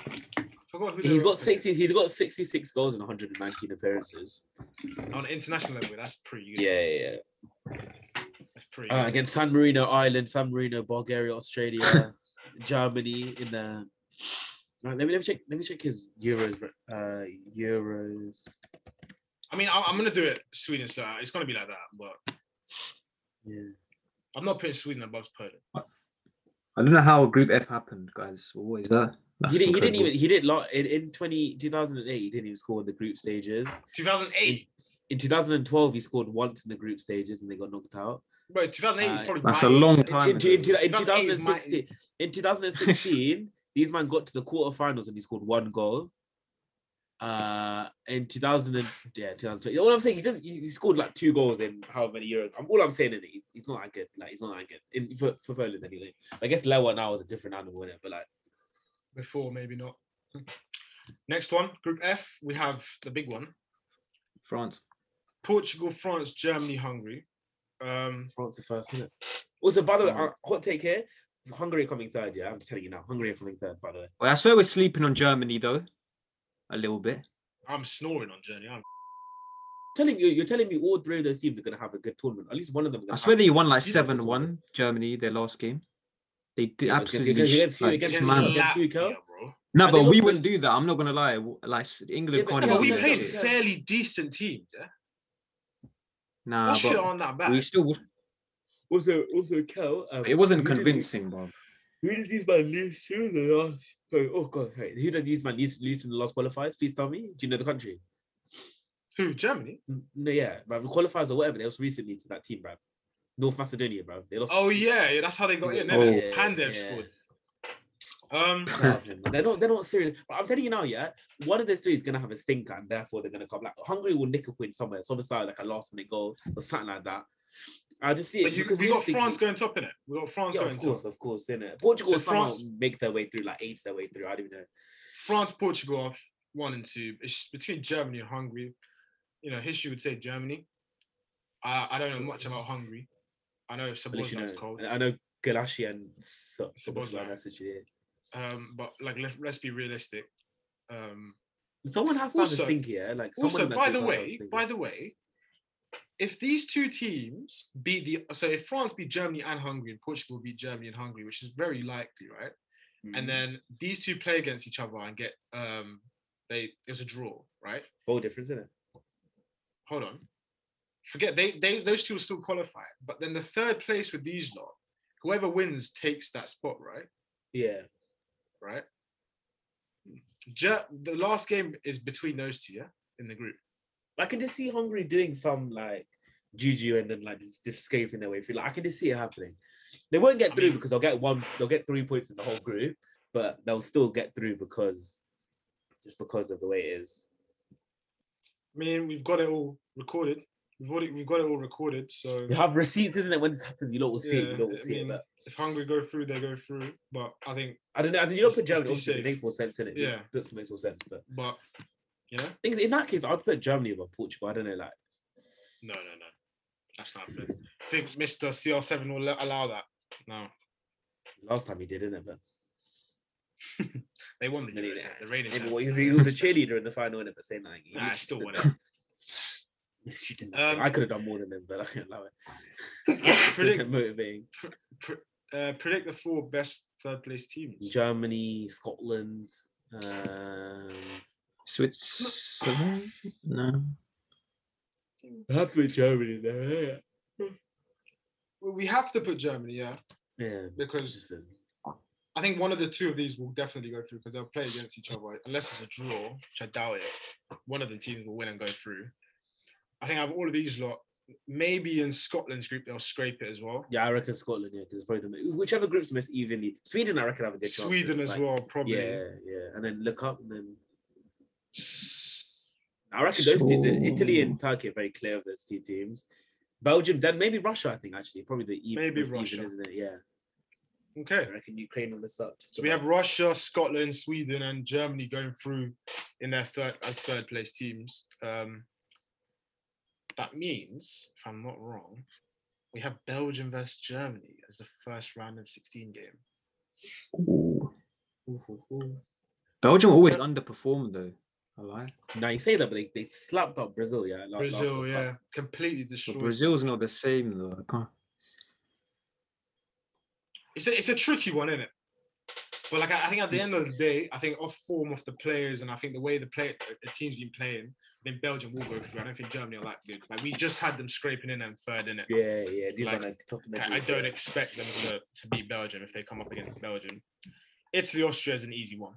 S1: forgot who they
S2: He's
S1: were
S2: got
S1: up against.
S2: sixty. He's got sixty-six goals in 119 appearances.
S1: on an international level. That's pretty good.
S2: Yeah, yeah. yeah.
S1: that's pretty.
S2: Uh,
S1: good.
S2: against San Marino, Ireland, San Marino, Bulgaria, Australia, Germany in the. Right, let me let me check. Let me check his Euros. re- Uh, Euros.
S1: I mean, I, I'm gonna do it Sweden. So uh, it's gonna be like that, but
S2: Yeah.
S1: I'm not putting Sweden above Poland.
S3: I don't know how Group F happened, guys. What is that? That's
S2: he, didn't, he didn't
S3: incredible.
S2: even. He did lot in, in 20, 2008, He didn't even score in the group stages.
S1: 2008,
S2: In two thousand and twelve, he scored once in the group stages, and they got knocked out.
S1: bro. 2008 was
S2: Uh,
S1: probably
S3: That's a
S1: my age.
S3: long
S2: In-
S3: time.
S2: In, two- in,
S3: ago.
S2: two- in
S1: 2008 is my-
S2: 2016, in 2016, these man got to the quarterfinals and he scored one goal. Uh, in 2000, and, yeah, 2020. All I'm saying, he does. He, he scored like two goals in however many Euros. I'm, all I'm saying is he's, he's not that good. Like he's not that good in for, for Poland anyway. I guess Lewa now is a different animal in it, but like
S1: before, maybe not. Next one, Group F. We have the big one:
S3: France.
S1: Portugal, France, Germany, Hungary. Um,
S2: France are first, isn't it? Also, by the way, uh, hot take here: Hungary are coming third. Yeah, I'm just telling you now. Hungary are coming third. By the way,
S3: Well, I swear we're sleeping on Germany though, a little bit.
S1: I'm snoring on Journey. I'm,
S2: telling you, you're telling me all three of those teams are going to have a good tournament. At least one of them.
S3: I swear they won like
S2: These are good
S3: seven one Germany their last game. They did
S2: Yeah, but against-
S3: absolutely
S2: against-
S3: sh- like,
S2: against-
S1: Against
S3: man.
S2: against
S1: Latvia,
S2: Hugo?
S1: bro.
S3: No,
S2: and they
S3: but we
S2: lost
S3: wouldn't do that. I'm not gonna lie. W- Like s- England
S2: Yeah, but-
S3: can't.
S2: Yeah,
S1: No, but
S3: even
S1: we
S3: do that
S1: played
S3: shit.
S2: yeah.
S1: fairly decent teams. Yeah,
S3: Nah,
S1: Russia
S3: but
S1: aren't that bad.
S3: we still. would-
S2: Also, also, Kel. Um,
S3: It wasn't
S2: who did-
S3: convincing, bro.
S2: Who did these man lose to in the last? sorry, Oh god, sorry. Who did these man lose, lose in the last qualifiers? Please tell me. Do you know the country?
S1: Who Germany?
S2: N- No, yeah, but the qualifiers or whatever. They was recently to that team, bro. North Macedonia, bro. They lost.
S1: Oh yeah, yeah, that's how they got in.
S3: Oh.
S1: Oh, Pandev
S2: yeah.
S1: scored. Um,
S2: Nah, man, they're not. They're not serious. But I'm telling you now, yeah. One of those three is gonna have a stinker, and therefore they're gonna come. Like Hungary will nick a win somewhere. It's obviously like a last minute goal or something like that. I just see it.
S1: but you,
S2: because
S1: we got
S2: realistically-
S1: France going top in it. We got France
S2: Yeah,
S1: going
S2: of course,
S1: top.
S2: of course, innit? Portugal
S1: So
S2: somehow
S1: France-
S2: make their way through, like apes their way through. I don't even know.
S1: France, Portugal are f- one and two. It's between Germany and Hungary. You know, history would say Germany. I I don't know much about Hungary. I know
S2: At least you
S1: Sabozna
S2: know.
S1: is cold.
S2: And I know Galashi and so-
S1: Szoboszlai.
S2: Szoboszlai, that's it, yeah.
S1: Um, but like let's, let's be realistic. Um,
S2: Someone has to have
S1: Also-
S2: a think here. Like someone
S1: also,
S2: in that
S1: by
S2: group
S1: the
S2: has to have a
S1: way,
S2: think.
S1: by the way, if these two teams beat the so if France beat Germany and Hungary and Portugal beat Germany and Hungary, which is very likely, right?
S2: Hmm.
S1: And then these two play against each other and get um they it's a draw, right?
S2: goal difference, isn't it?
S1: Hold on. Forget they they those two will still qualify, but then the third place with these lot, whoever wins takes that spot, right?
S2: Yeah.
S1: Right? Ger- the last game is between those two, yeah, in the group.
S2: I can just see Hungary doing some like juju and then like just escaping their way through. Like I can just see it happening. They won't get
S1: I
S2: through
S1: mean-
S2: because they'll get one. They'll get three points in the whole group, but they'll still get through because just because of the way it is.
S1: I mean, we've got it all recorded. We've already we've got it all recorded. So
S2: You have receipts, isn't it? When this happens, you lot will see it.
S1: Yeah,
S2: You lot
S1: I
S2: will see
S1: mean,
S2: it. But
S1: if Hungary go through, they go through. But I think,
S2: I don't know. As in, you don't
S1: let's-
S2: put Germany.
S1: let's be
S2: Obviously, it
S1: safe.
S2: makes more sense in it.
S1: Yeah.
S2: It makes more sense. But
S1: but you know,
S2: things in that case, I'd put Germany over Portugal. I don't know. Like
S1: no, no, no, that's not good. I think Mr. CR7 will let- allow that. No,
S2: last time he did, didn't it? But
S1: they won the
S2: No, no,
S1: Euro,
S2: no.
S1: the reigning
S2: maybe
S1: champions.
S2: what, he, was, he was a cheerleader in the final, innit? But saying like,
S1: Nah, I still won it.
S2: She didn't.
S1: Um,
S2: I could have done more than them, but I can't allow it. It's
S1: predict-
S2: motivating.
S1: Uh, predict the four best third place teams.
S2: Germany, Scotland. Um,
S3: Switzerland? No.
S2: that's with Germany there.
S1: Well, we have to put Germany, yeah,
S2: Yeah, it's
S1: because
S2: just been-
S1: I think one of the two of these will definitely go through because they'll play against each other unless it's a draw, which I doubt it. One of the teams will win and go through. I think out of all of these lot, maybe in Scotland's group they'll scrape it as well.
S2: yeah, I reckon Scotland. Yeah, because probably the, whichever group's most evenly. Sweden, I reckon, have a good chance. 'cause,
S1: Sweden as
S2: like,
S1: well, probably.
S2: Yeah, yeah, and then look up and then
S1: S-
S2: I reckon those two, the- Italy
S3: Sure.
S2: and Turkey, are very clear of those two teams. Belgium, then maybe Russia. I think actually probably the even,
S1: Maybe
S2: most
S1: Russia.
S2: even, isn't it? Yeah,
S1: Okay.
S2: I reckon Ukraine on this up. Just
S1: So we have
S2: about.
S1: Russia, Scotland, Sweden, and Germany going through in their third as third place teams. Um, that means, if I'm not wrong, we have Belgium versus Germany as the first round of 16 game.
S3: Ooh.
S2: Ooh, ooh, ooh.
S3: Belgium always underperformed though. I lie.
S2: Now you say that, but they, they slapped up Brazil. Yeah, la- last
S1: Brazil,
S2: World Cup.
S1: yeah, completely
S3: But
S1: destroyed.
S3: Brazil's not the same though. I can't-
S1: It's a, it's a tricky one, isn't it? But like I, I think at the end of the day, I think off form of the players, and I think the way the play the team's been playing, then Belgium will go through. I don't think Germany are that good. Like we just had them scraping in and third in it.
S2: Yeah, yeah. These
S1: Like,
S2: men are topping the
S1: I, I
S2: group,
S1: don't
S2: yeah.
S1: expect them to, to beat Belgium if they come up against Belgium. Italy Austria is an easy one.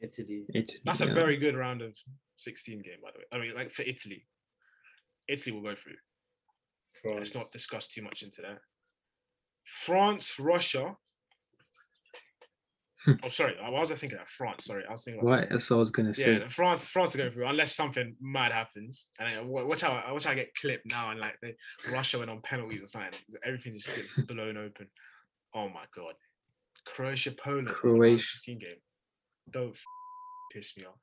S2: Italy.
S3: It,
S1: That's
S3: yeah.
S1: a very good round of 16 game, by the way. I mean, like for Italy, Italy will go through.
S2: France.
S1: Let's not discuss too much into that. France, Russia. oh, sorry. I was thinking of France. Sorry, I was thinking. About
S3: Right, that's what I was gonna
S1: something-
S3: say.
S1: Yeah, France. France are going through unless something mad happens. And I, wa- watch out! Watch out! Get clipped now, and like they, Russia went on penalties or something. Everything just gets blown open. Oh my god! Croatia, Poland. that's the round of
S3: Croatia.
S1: 16 game. Don't f- piss me off.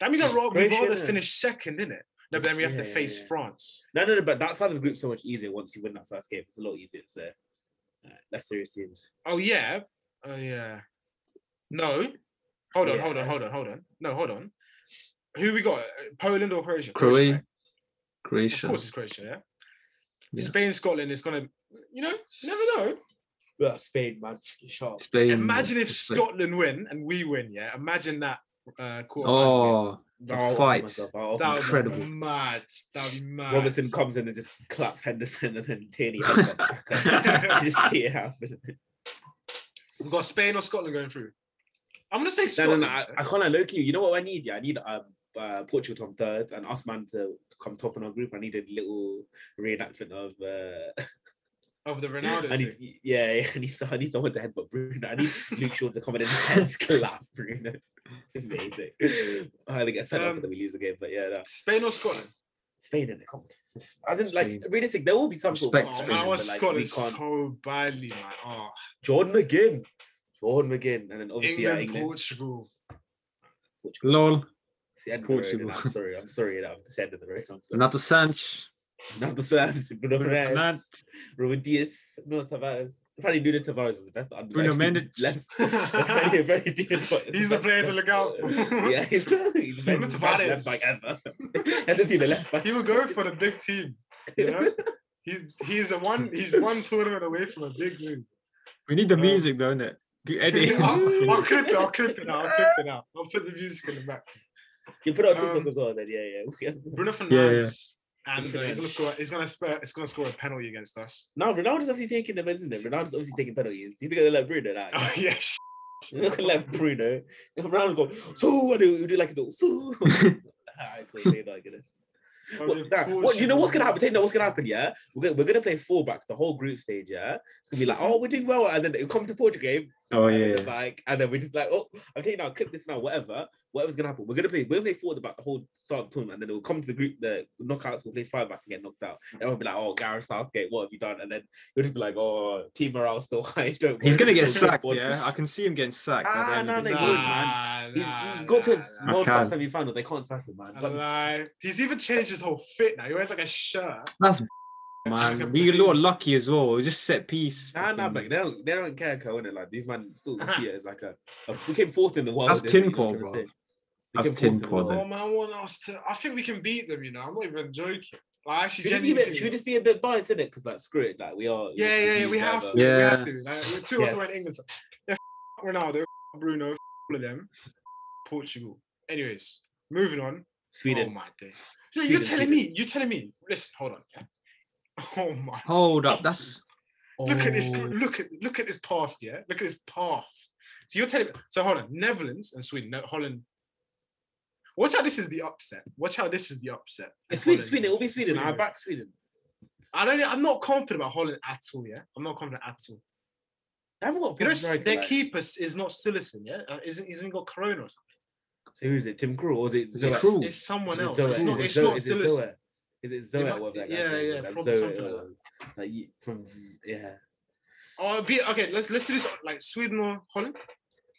S1: That means I'd rather,
S2: Croatia,
S1: rather
S2: innit?
S1: finish second, innit? No, but then we have to
S2: Yeah,
S1: face
S2: yeah.
S1: France.
S2: No, no, no, but that side of the group's so much easier once you win that first game. It's a lot easier. So uh, less serious teams.
S1: Oh yeah. Oh yeah. No. Hold on, hold on, hold on,
S2: Yes.
S1: hold on. No, hold on. Who we got? Uh, Poland or Croatia?
S3: Croatia.
S1: right? Of
S3: Croatia.
S1: course it's Croatia, yeah.
S3: Yeah.
S1: Spain, Scotland is gonna you know, you never know.
S2: But Spain, man, sharp.
S3: Spain.
S1: Imagine if
S3: it's like-
S1: Scotland win and we win, yeah. Imagine that uh quarter.
S3: Oh,
S2: I'll offer
S3: fight.
S2: myself, I'll offer
S1: that
S2: myself.
S1: incredible.
S3: incredible.
S1: mad. That'd be mad.
S2: Robertson comes in and just claps Henderson and then Tierney headbutts Saka. You just see it happen.
S1: We've got Spain or Scotland going through. I'm gonna say
S2: No, no,
S1: Scotland.
S2: no. I, I can't lie, low key. You know what I need? Yeah, I need um, uh, Portugal to come third and Osman to come top in our group. I need a little reenactment of. Uh,
S1: Of the Ronaldo.
S2: I need,
S1: thing.
S2: yeah, yeah, I need, so- I need someone to headbutt Bruno. I need Luke Shaw to come in and head clap Bruno. Amazing. I think I said off
S1: Um,
S2: and then we lose the game, but yeah, no.
S1: Spain or Scotland?
S2: Spain in it. Come on. As in, like,
S3: Spain.
S2: realistic, there will be some sort of
S3: Respect
S1: Oh,
S2: Spain,
S1: man, I
S3: Spain,
S1: want
S2: but, like, we
S1: Scotland
S2: can't.
S1: so badly, man. Oh,
S2: Jordan McGinn. Jordan McGinn, and then obviously yeah,
S1: England,
S2: England.
S1: Portugal.
S2: Portugal.
S3: lol.
S2: It's the end of the road,
S3: Portugal.
S2: innit? I'm sorry. I'm sorry. innit? I'm it's the end of the road. I'm sorry.
S3: Renato Sanch.
S2: Not the Sanz, Bruno
S3: Bruno
S2: Fernandes,
S3: Fernandes.
S2: Ruben Diaz, Nuno Tavares. Probably Nuno Tavares is the best. under-
S3: Bruno
S2: actually,
S3: Mendes.
S2: Left. Apparently, apparently Nuno Tavares is
S1: He's the player to look out for.
S2: yeah, he's, he's the best,
S1: Nuno
S2: he's the best
S1: Tavares.
S2: left back ever. Hasn't seen a left back.
S1: he will go for the big team. You know, he's he's a one he's one tournament away from a big win.
S3: We need the
S1: Um,
S3: music, don't it? G- Edit. it out.
S2: Oh,
S1: I'll, I'll clip it. I'll clip it out. I'll clip it out. I'll put the music in the back.
S2: You put out TikTok
S1: Um,
S2: as well, then yeah, yeah.
S1: Bruno
S3: yeah.
S1: Fernandes, and uh, he's gonna
S2: Fernandes.
S1: score. He's gonna score. He's gonna score a penalty against us.
S2: no, Ronaldo's obviously taking the men's in there. Ronaldo's obviously taking penalties. He's gonna let Bruno that.
S1: Oh yes.
S2: You're gonna let Bruno. Ronaldo go, so and he'll do like a little Ah, so. Alright, cool, they're not gonna- What, nah, what- you know what's gonna happen? Take- No, what's gonna happen? Yeah, we're gonna, we're gonna play fullback the whole group stage. Yeah, it's gonna be like, oh, we're doing well, and then it come to Portugal game.
S3: Oh
S2: and then
S3: yeah.
S2: it's like, and then we're just like, oh, I'm taking out, clip this now, whatever, whatever's gonna happen. We're gonna play, we're gonna play fullback the whole start of the tournament, and then it'll come to the group, the knockouts, we'll play five back and get knocked out. And we'll be like, oh, Gareth Southgate, what have you done? And then you'll just be like, oh, team morale's still high. Don't
S3: He's
S2: worry,
S3: gonna get
S2: we'll go
S3: sacked.
S2: on."
S3: Yeah, I can see him getting sacked. at the
S2: Ah,
S3: end
S2: no,
S3: of
S2: they
S3: this
S2: would,
S3: season.
S1: man.
S2: He's, he got to a
S3: nah.
S2: World Cup
S3: Okay.
S2: semi final. They can't sack him, man. It's like-
S1: Alive. He's even changed his whole fit now. He wears like a shirt.
S3: That's man. We were lucky as well. It was just set piece.
S2: Nah, nah,
S3: fucking-
S2: but they don't, they don't care, Cohen. Like these man still see it as like a, a we came fourth in the world.
S3: That's
S2: they don't
S3: tin
S2: even
S3: pot,
S2: try to
S3: bro.
S2: say. We
S3: That's
S2: came fourth in
S3: tin
S2: the
S3: pot,
S2: world.
S3: then.
S1: Oh man, I want us to. I think we can beat them. You know, I'm not even joking. Like, I actually,
S2: Should we, be
S1: genuinely.
S2: a bit,
S1: think
S2: should we
S1: that.
S2: just be a bit biased in it? Because like, screw it, like we are. we're
S1: Yeah, yeah, yeah. We
S2: confused,
S1: have to.
S2: whatever.
S1: We
S3: Yeah.
S1: have to. Like, we're two also in
S2: Yes.
S1: England. so- Yeah, f- Ronaldo, f- Bruno, f- all of them. Portugal. Anyways, moving on. Oh
S2: Sweden.
S1: my days. No, you're
S2: Sweden,
S1: telling me.
S2: Sweden.
S1: You're telling me. Listen, hold on. yeah. Oh my.
S3: Hold up. That's
S1: Look at this.
S2: Oh,
S1: Look at look at this path. Yeah. Look at this path. So you're telling me. So hold on. Netherlands and Sweden. No, Holland. Watch out! This is the upset. Watch out! This is the upset.
S2: It's Sweden,
S1: Holland.
S2: Sweden. It will be Sweden. I
S1: Sweden.
S2: back Sweden.
S1: I don't. I'm not confident about Holland at all. Yeah, I'm not confident at all.
S2: They haven't got.
S1: You know,
S2: proper striker,
S1: their
S2: like-
S1: keeper s- is not Sillison. Yeah, uh, isn't isn't he got Corona? Or something?
S2: So who's it? Tim Krul or is it
S3: Is it
S2: Zoe?
S3: Krul? Ooh,
S1: It's someone
S2: Is it
S1: else.
S2: Zoe?
S1: It's not.
S2: Is
S1: It's
S2: it Zoe?
S1: not
S2: Is it
S1: Sillerson.
S2: Zoe? Is it Zoe?
S1: might-
S2: or whatever that
S1: yeah,
S2: guy's name
S1: yeah,
S2: is, like
S1: probably
S2: Zoe
S1: something like
S2: or- Like you- from yeah.
S1: Oh, be, okay. Let's let's do this. Like Sweden or Holland.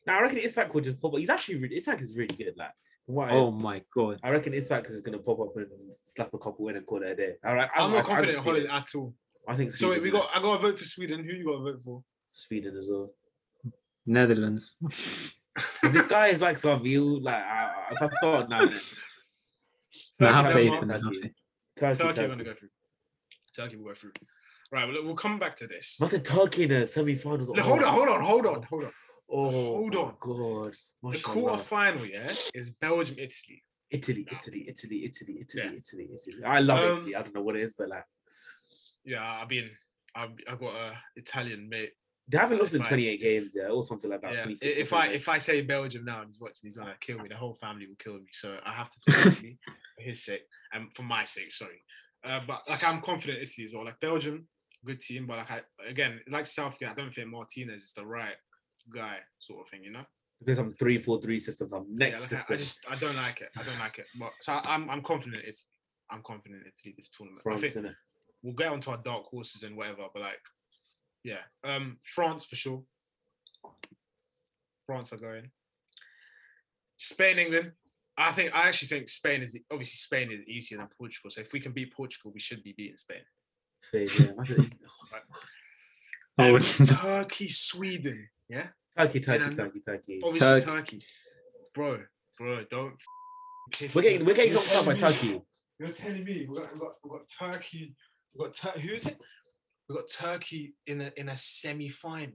S2: Now I reckon Isak will just pop up. He's actually really, Isak is really good. Like from what I-
S3: oh my god.
S2: I reckon Isak is going to pop up and slap a couple in and call it a day. All right,
S1: I'm,
S2: I- I-
S1: not confident in
S2: Sweden.
S1: Holland at all.
S2: I think
S1: So
S2: Sweden,
S1: wait, we
S2: man.
S1: got. I got to vote for Sweden. Who you got to vote for?
S2: Sweden as well.
S3: Netherlands.
S2: But this guy is like some you like. I, I- if I start now, innit?
S3: Nah, I have
S1: Turkey,
S3: faith
S1: Denmark,
S3: in that. I have
S2: Turkey.
S3: faith.
S1: Turkey,
S2: Turkey, Turkey.
S1: are gonna go through. Turkey will go through. Right. Well, we'll come back to this.
S2: Must have Turkey in the semi-finals.
S1: Look, hold on. Hold on. Hold on. Hold on.
S2: Oh,
S1: Hold
S2: my
S1: on.
S2: God.
S1: The
S2: Mashallah.
S1: quarter final, yeah, is Belgium, Italy.
S2: Italy, Italy, Italy, Italy, Italy,
S1: Yeah.
S2: Italy, Italy. I love
S1: Um,
S2: Italy. I don't know what it is, but like
S1: Yeah, I mean, I've I've got a Italian mate.
S2: they haven't lost in
S1: if I-
S2: 28 games, yeah, or something like that.
S1: Yeah, i-
S2: 26 or
S1: if I
S2: something
S1: if I
S2: like-
S1: say Belgium now and he's watching, he's gonna kill me. The whole family will kill me. So I have to say Italy for his sake and for my sake, sorry. Uh, but like I'm confident Italy as well. Like Belgium, good team, but like I again, like Southgate, I don't think Martinez is the right guy, sort of thing. You know?
S2: there's some three four three systems, some
S1: Yeah,
S2: next
S1: like, I- I,
S2: system.
S1: just I don't like it. I don't like it. But so I, am I'm confident it's I'm confident Italy this tournament. I
S2: France,
S1: think
S2: innit?
S1: we'll get onto our dark horses and whatever, but like, yeah, um, France for sure. France are going. Spain, England. I think I actually think Spain is the, obviously Spain is easier than Portugal. So if we can beat Portugal, we should be beating Spain.
S2: Spain, yeah. Imagine-
S3: Oh,
S1: Um, Turkey, Sweden, yeah,
S2: Turkey, Turkey,
S1: And- Oh,
S2: Turkey, Turkey.
S1: obviously Turkey,
S3: Turkey.
S1: bro, bro, don't. f- piss
S2: We're
S1: me
S2: getting we're getting
S1: You're
S2: knocked out by
S1: telling me-
S2: Turkey.
S1: You're telling me we got we got, we got Turkey, we got Tur- who is it? We got Turkey in a in a semi final.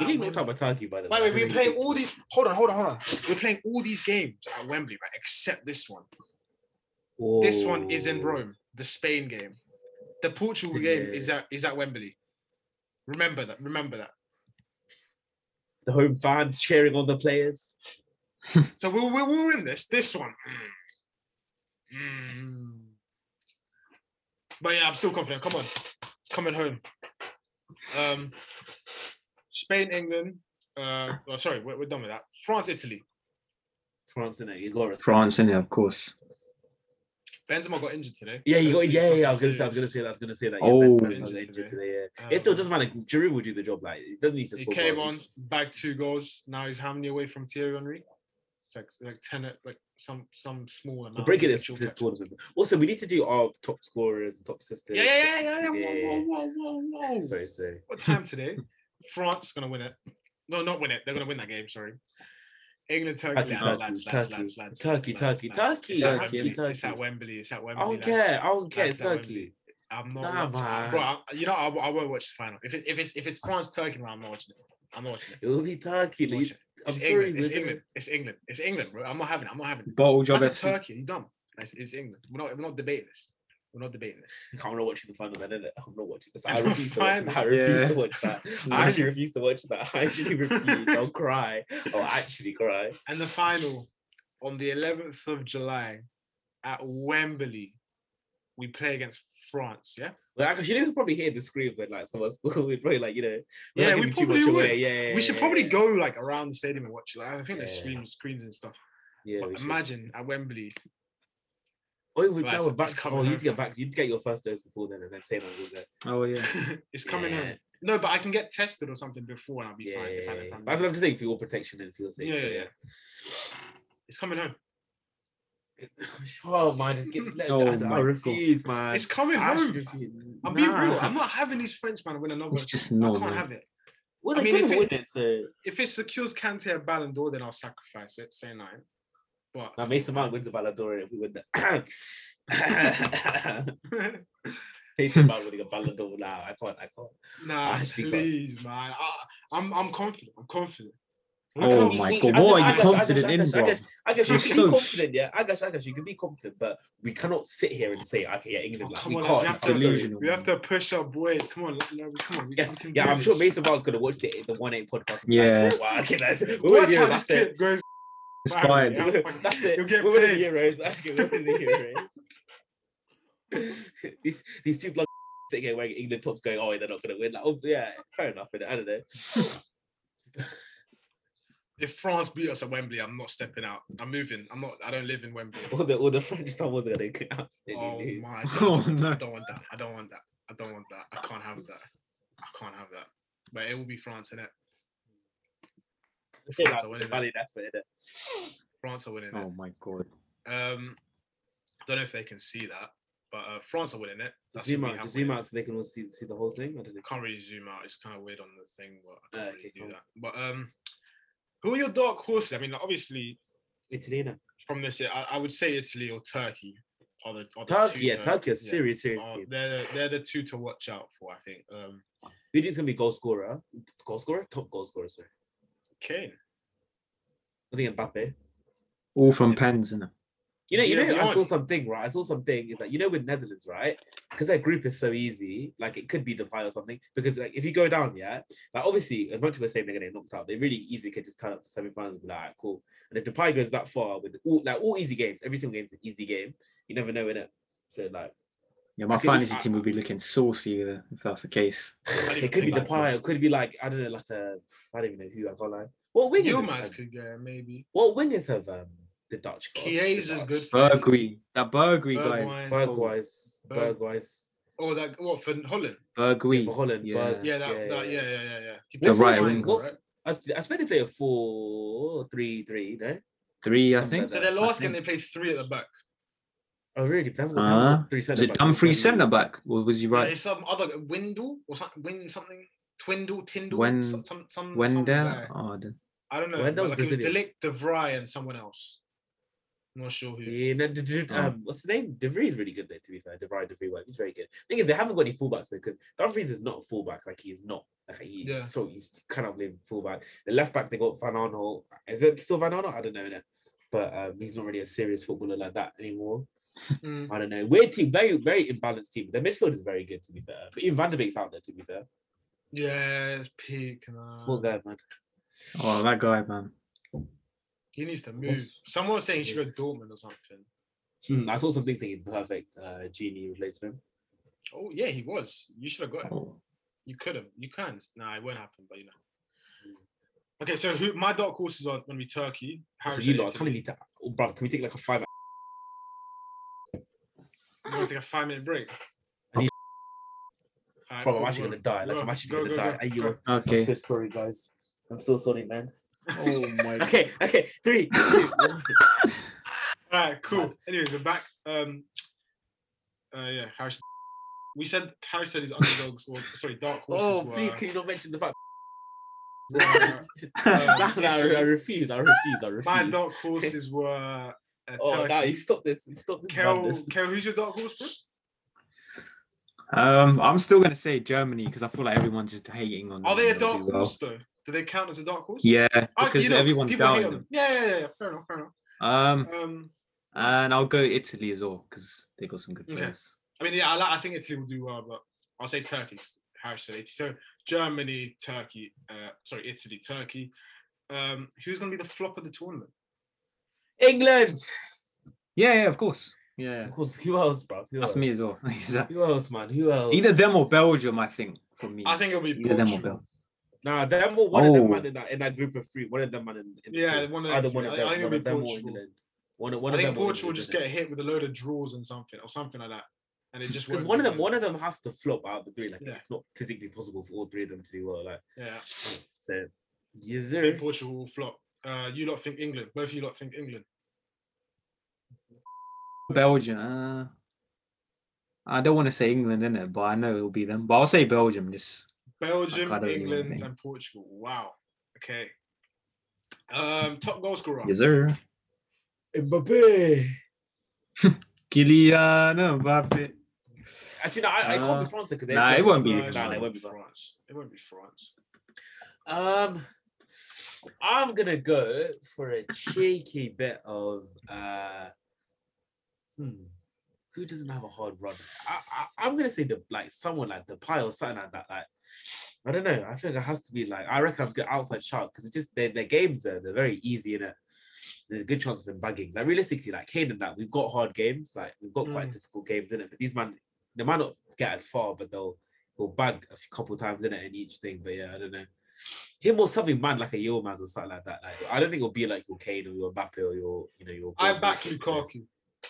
S2: We're getting knocked out by Turkey, by the
S1: By
S2: way.
S1: the way, we're playing all these. Hold on, hold on, hold on. We're playing all these games at Wembley, right? Except this one. This one is in
S2: Whoa.
S1: Rome. The Spain game. The Portugal game is at is at Wembley. Remember that. Remember that.
S2: The home fans cheering on the players.
S1: So we'll we'll, we'll win this. This one. Mm. Mm. But yeah, I'm still confident. Come on, it's coming home. Um, Spain, England. Uh, oh, sorry, we're, we're done with that. France, Italy.
S2: France and you got
S3: France, in of course.
S1: Benzema got injured today.
S2: Yeah, you
S1: I
S2: got
S1: think
S2: yeah,
S1: he's
S2: yeah. I was gonna say, I was gonna
S1: serious.
S2: say that. I was gonna say that.
S3: Oh.
S2: yeah, Benzema's
S1: Injured
S2: got injured
S1: today.
S2: today, yeah.
S1: Um,
S2: it still doesn't matter. Giroud will do the job. Like it doesn't need to.
S1: He
S2: score
S1: came on,
S2: goals.
S1: bagged two goals. Now he's how many away from Thierry Henry? It's like like ten, at- like some some small amount.
S2: We're breaking this
S1: which you'll
S2: this
S1: catch.
S2: tournament. Also, we need to do our top scorers and top sisters.
S1: Yeah, yeah, yeah, yeah, yeah.
S2: Yeah.
S1: Whoa, whoa, whoa, whoa, whoa.
S2: Sorry, sorry.
S1: What time today? France is gonna win it. No, not win it. They're gonna win that game. Sorry. England, Turkey,
S2: Turkey,
S1: lads, lads,
S2: Turkey,
S1: lads,
S2: Turkey,
S1: lads, lads,
S2: Turkey,
S1: lads, lads,
S2: Turkey,
S1: lads.
S2: Turkey,
S1: It's at
S3: Turkey,
S1: Wembley,
S2: Turkey.
S1: It's at Wembley. It's at
S2: I
S1: Wembley.
S2: don't
S1: lads.
S2: care. I don't care.
S1: Lads,
S2: It's
S1: that
S2: Turkey.
S1: Wembley. I'm not.
S2: Nah,
S1: watching-
S2: man.
S1: Bro, I, you know, I, I won't watch the final. If, it, if it's if it's France Turkey, man, I'm not watching it. I'm not watching it.
S2: It will be Turkey.
S1: I'm not
S2: Lee.
S1: watching it.
S2: I'm
S1: It's
S2: sorry.
S1: England. It's
S2: we're
S1: England. It's England. It's England, bro. I'm not having it. I'm not having it.
S3: Bottle
S1: That's
S3: job
S1: at
S3: at
S1: Turkey. You dumb. It's, it's England. We're not. We're not debating this. We're not debating this.
S2: I'm not watching the final then, innit? I'm not watching this.
S1: I'm
S2: I
S1: not
S2: refuse to watch
S1: fine.
S2: that. I refuse
S3: Yeah.
S2: to watch that. I actually refuse to watch that. I actually refuse. I'll cry. I'll actually cry.
S1: And the final on the 11th of July at Wembley, we play against France. Yeah.
S2: Well, actually, you could probably hear the scream when like someone's we'd probably like, you know, we're
S1: Yeah,
S2: not
S1: we
S2: giving too
S1: probably would.
S2: much away. Yeah, yeah,
S1: we should
S2: yeah,
S1: probably
S2: yeah.
S1: go like around the stadium and watch it. Like, I think there's
S2: Yeah.
S1: screens, screens and stuff.
S2: Yeah,
S1: but
S2: we should.
S1: imagine at Wembley.
S2: Oh, we,
S1: Right,
S2: now we're
S1: it's
S2: back.
S1: coming
S2: Oh,
S1: home.
S2: you'd get back. You'd get your first dose before then, and then same on Google.
S3: Oh yeah.
S1: it's coming
S2: yeah.
S1: home. No, but I can get tested or something before and I'll be
S2: Yeah,
S1: fine.
S2: yeah,
S1: If I
S2: yeah,
S1: don't
S2: yeah.
S1: come
S2: But I'd
S1: back.
S2: love to say for your protection and for your safety.
S1: Yeah, yeah, It's coming home.
S2: yeah. oh man, just get, let,
S3: Oh,
S2: I, I
S3: my God.
S2: refuse, man.
S1: It's coming
S2: I actually
S1: home.
S2: refuse.
S1: I'm being real.
S2: Nah.
S1: I'm not having these French man win another.
S3: It's just
S1: I
S3: not.
S1: can't
S3: man.
S1: have it.
S2: Well,
S1: I
S2: they
S1: mean, if
S2: couldn't
S1: it-
S2: win it, so
S1: If it secures Kante a Ballon d'Or, then I'll sacrifice it. Say nine. But
S2: now Mason Mount wins the Ballon d'Or if we win that. Mason Mount winning a Ballon d'Or now. I can't. I can't.
S1: Nah,
S2: Actually got-
S1: please, man. I, I'm I'm confident. I'm confident.
S2: I
S3: Oh
S2: can't
S3: my
S2: think-
S3: god,
S2: I
S3: what
S2: guess-
S3: are you
S2: I guess- I guess-
S3: confident
S2: I
S3: in,
S2: guess- I
S3: bro?
S2: guess- I guess you
S3: You're
S2: can
S3: so-
S2: be confident, yeah. I guess, I guess you can be confident, but we cannot sit here and say, okay, yeah, England,
S1: Oh,
S2: like,
S1: come
S2: we
S1: on,
S2: can't.
S1: you
S2: it's
S1: have to-
S2: too early."
S3: Delusional.
S1: We have to push our boys. Come on, like, no, come on. We,
S2: Yes,
S1: we can
S2: yeah,
S1: do
S2: I'm sure
S1: this.
S2: Mason Mount's gonna watch the the one eight podcast. and be like,
S3: Yeah.
S2: "Oh, wow, okay, that's we're
S1: Watch
S2: winning
S1: how this
S2: the Euros, that's it.
S1: kid goes.
S3: It's
S1: viral,
S3: fine.
S1: yeah? Fuck,
S2: That's it.
S1: You'll get
S2: We're winning
S1: paid.
S2: the Euros. Okay, we're winning the Euros. these these two blokes sitting here wearing England tops, going, "Oh, they're not gonna win." Like, oh yeah, fair enough. innit? I don't know.
S1: If France beat us at Wembley, I'm not stepping out. I'm moving. I'm not. I don't live in Wembley.
S2: All the all the French stuff was gonna
S1: Oh
S2: absolutely lose.
S1: my
S3: Oh,
S1: god! I
S3: no.
S1: don't want that. I don't want that. I don't want that. I can't have that. I can't have that. But it will be France, innit?
S2: Okay,
S1: France
S2: like,
S1: are winning it.
S2: valid effort, innit?
S1: France are winning it.
S3: Oh my god.
S1: Um, don't know if they can see that, but uh, France are winning it.
S2: Just
S1: who
S2: zoom
S1: we
S2: out,
S1: have
S2: just zoom
S1: winning it.
S2: out so they can all see see the whole thing. I don't know.
S1: I can't really zoom out. It's kind of weird on the thing, but I can't
S2: Uh,
S1: really
S2: okay,
S1: do
S2: cool.
S1: that. But um, who are your dark horses? I mean, like, obviously
S2: Italy, innit?
S1: from this, I, I would say Italy or Turkey are the, are the
S2: Turkey,
S1: Oh, two
S2: yeah,
S1: to-
S2: Turkey, is
S1: yeah, Oh.
S2: serious, serious
S1: are-
S2: team.
S1: they're they're the two to watch out for. I think. Um,
S2: Who do you think's gonna be goal scorer? Goal scorer, top goal scorer, sorry.
S1: Kane.
S2: I think Mbappe.
S3: All from pens, innit?
S2: You know, you
S1: Yeah,
S2: know,
S1: go
S2: I saw
S1: on.
S2: something, right? I saw something. It's like you know, with Netherlands, right? Because their group is so easy, like it could be Dubai or something. Because like if you go down, yeah, like obviously, as much as we're saying they're getting knocked out, they really easily could just turn up to semi-finals and be like, "Alright, cool. And if Dubai goes that far with all like all easy games, every single game's an easy game. You never know in it. So like,
S3: Yeah, my
S2: think-
S3: fantasy
S2: I-
S3: team would be looking saucy with it, if that's the case.
S1: don't even
S2: it could be
S1: think
S3: that's
S2: Dubai.
S3: right.
S2: It could be like I don't know, like a I don't even know who I got like. What wing is it?
S1: Yilmaz
S2: Um,
S1: could go maybe.
S2: What wingers have um the Dutch? got? The
S1: Chiesa's
S2: Dutch.
S1: good. for Italy.
S3: Bergwijn, that Bergwijn guy,
S1: Bergwijn.
S2: Bergwijs,
S1: Berg-
S2: Bergwijs.
S1: Oh, that what for Holland?
S2: yeah, For
S3: Bergwijn.
S2: Holland,
S3: Yeah.
S2: Berg-
S1: Yeah, that,
S2: yeah,
S1: yeah, that,
S2: yeah.
S1: yeah, yeah, yeah. yeah. He
S2: What
S1: plays
S3: right
S1: right
S3: wing.
S1: winger,
S2: What-
S1: right?
S2: I, s- I suppose they play a four three three, no?
S3: three, I
S2: Something
S3: think.
S2: like
S1: So their
S2: I
S1: last game
S3: think-
S1: they played three at the back.
S2: Oh, really? They haven't- they
S3: Uh-huh.
S2: haven't got three
S3: Is it
S2: centre-backs.
S3: Dumfries centre back? Or was he
S1: Right.
S3: right?
S1: It's some other Windle or something. Win something. Twindle, Tindle,
S3: Wen-
S1: some, some, some, some
S3: Wendell?
S1: guy.
S3: Oh, I don't-
S1: I don't know. but,
S2: Wendell's
S1: Like, it was
S2: Brazilian.
S1: Delic, De Vrij, and someone else. I'm not sure who.
S2: Yeah, no, d- d- d-
S3: Oh.
S2: um, what's the name? De Vrij is really good there. To be fair, De Vrij, De Vrij, works. he's very good. thing is, they haven't got any fullbacks there because Dumfries is not a fullback. Like he is not. Like he's
S1: Yeah.
S2: so he's kind of playing fullback. The left back they got Van Arnold. Is it still Van Arnold? I don't know. innit? But um, he's not really a serious footballer like that anymore.
S1: Mm.
S2: I don't know. Weird team, very very imbalanced team. Their midfield is very good to be fair. But even Van der Beek's out there to be fair.
S1: Yeah, it's peak. Nah.
S2: Poor guy, man.
S3: oh, that guy, man.
S1: He needs to move. Someone was saying he should go Dortmund or something.
S2: Hmm, I saw something saying he's perfect. Uh, Genie replacement.
S1: Oh yeah, he was. You should have got him.
S3: Oh.
S1: You could have. You can. Nah, it won't happen. But you know. Okay, so who my dark horses are going to be Turkey.
S2: So
S1: Harris
S2: you
S1: and
S2: lot, I can't
S1: Italy.
S2: really. ta- oh, bruv, can we take like a five?
S1: We're going to take a five minute break.
S2: I need-
S1: Alright,
S2: Bro,
S1: cool,
S2: I'm actually
S1: go.
S2: gonna die. Like
S1: Go,
S2: I'm actually
S1: go,
S2: gonna
S1: go,
S2: die.
S1: go,
S2: Are you
S1: go.
S2: a- I'm so
S3: Okay.
S2: sorry, guys. I'm so sorry, man.
S4: Oh my god.
S2: Okay, okay. Three, two, one.
S1: All right, cool. Anyways, we're back. Um, uh, yeah, Harris. We said Harris said his underdogs, or sorry, dark horses.
S2: Oh, please,
S1: were-
S2: can you not mention the fact?
S1: were,
S2: No,
S1: um,
S2: no, I, I
S1: Italy.
S2: refuse. I refuse. I
S1: My
S2: refuse.
S1: dark horses were. Uh,
S2: Oh, no,
S1: Turkey.
S2: you stop this. You stop this.
S1: Kel,
S2: madness.
S1: Kel, who's your dark horse, bro?
S3: Um, I'm still gonna say Germany because I feel like everyone's just hating on.
S1: Are
S3: them
S1: they a
S3: and they'll
S1: dark
S3: do well.
S1: horse though? Do they count as a dark horse?
S3: Yeah,
S1: Oh, you
S3: because
S1: know,
S3: everyone's
S1: people hate
S3: doubting
S1: on
S3: them.
S1: Yeah, yeah, yeah, yeah. Fair enough, fair enough.
S3: Um,
S1: Um,
S3: and I'll go Italy as well because they got some good
S1: Okay.
S3: players.
S1: I mean, yeah, I, like, I think Italy will do well, but I'll say Turkey. 'cause Harris said Italy. So Germany, Turkey, uh, sorry, Italy, Turkey. Um, who's going to be the flop of the tournament?
S2: England.
S3: Yeah, yeah, of course. Yeah,
S2: Of course. Who else, bro? Who
S3: that's
S2: else?
S3: me as well. Exactly.
S2: Who else, man? Who else?
S3: Either them or Belgium, I think, for me.
S1: I think it'll be
S3: Either them or
S1: Portugal.
S3: Belgium.
S2: Nah, them or one of them
S3: Oh.
S2: man in that in that group of three. One of them man in. in the
S1: Yeah,
S2: three.
S1: one of them
S2: Either
S1: three.
S2: one of
S1: I- I
S2: them.
S1: think it'll
S2: One of
S1: be
S2: them or
S1: Portugal.
S2: England. One of
S1: I
S2: one of
S1: think
S2: them. or
S1: Portugal will
S2: England,
S1: just
S2: innit?
S1: get hit with a load of draws and something, or something like that, and it just
S2: because
S1: won't
S2: one of
S1: be
S2: them, one of them has to flop out of the three. Like
S1: Yeah.
S2: it's not physically possible for all three of them to do well. Like
S1: Yeah,
S2: so, yes,
S1: I think
S2: sir.
S1: Portugal will flop. Uh, you lot think England? Both of you lot think England?
S3: Belgium. Uh, I don't want to say England in it, but I know it'll be them. But I'll say Belgium. Just
S1: Belgium,
S3: I don't even
S1: England,
S3: think.
S1: and Portugal. Wow. Okay. Um, top goal scorer.
S3: yes, sir.
S2: Mbappe.
S3: Kylian Mbappe.
S2: Actually, no, I, I can't
S3: Uh,
S2: be France because
S3: nah, it won't be
S1: No,
S3: England.
S1: it's
S2: Nah,
S1: not
S2: it won't
S1: be
S2: be France.
S1: France. It won't be France.
S2: Um, I'm gonna go for a cheeky bit of uh, hmm, who doesn't have a hard run? I, I I'm gonna say the like someone like the pie or something like that. Like I don't know. I feel like it has to be like I reckon I've got outside sharp because it's just their their games are they're very easy in it. There's a good chance of them bugging. Like realistically, like Kane and that we've got hard games. Like we've got quite
S1: Mm.
S2: difficult games in it. But these man, they might not get as far, but they'll they'll bug a couple times in it in each thing. But yeah, I don't know him or something mad like a Yeomans or something like that. Like I don't think it'll be like your Kane or your Mbappe or your you know your.
S1: I
S2: Virgil
S1: back
S2: or something.
S1: Lukaku.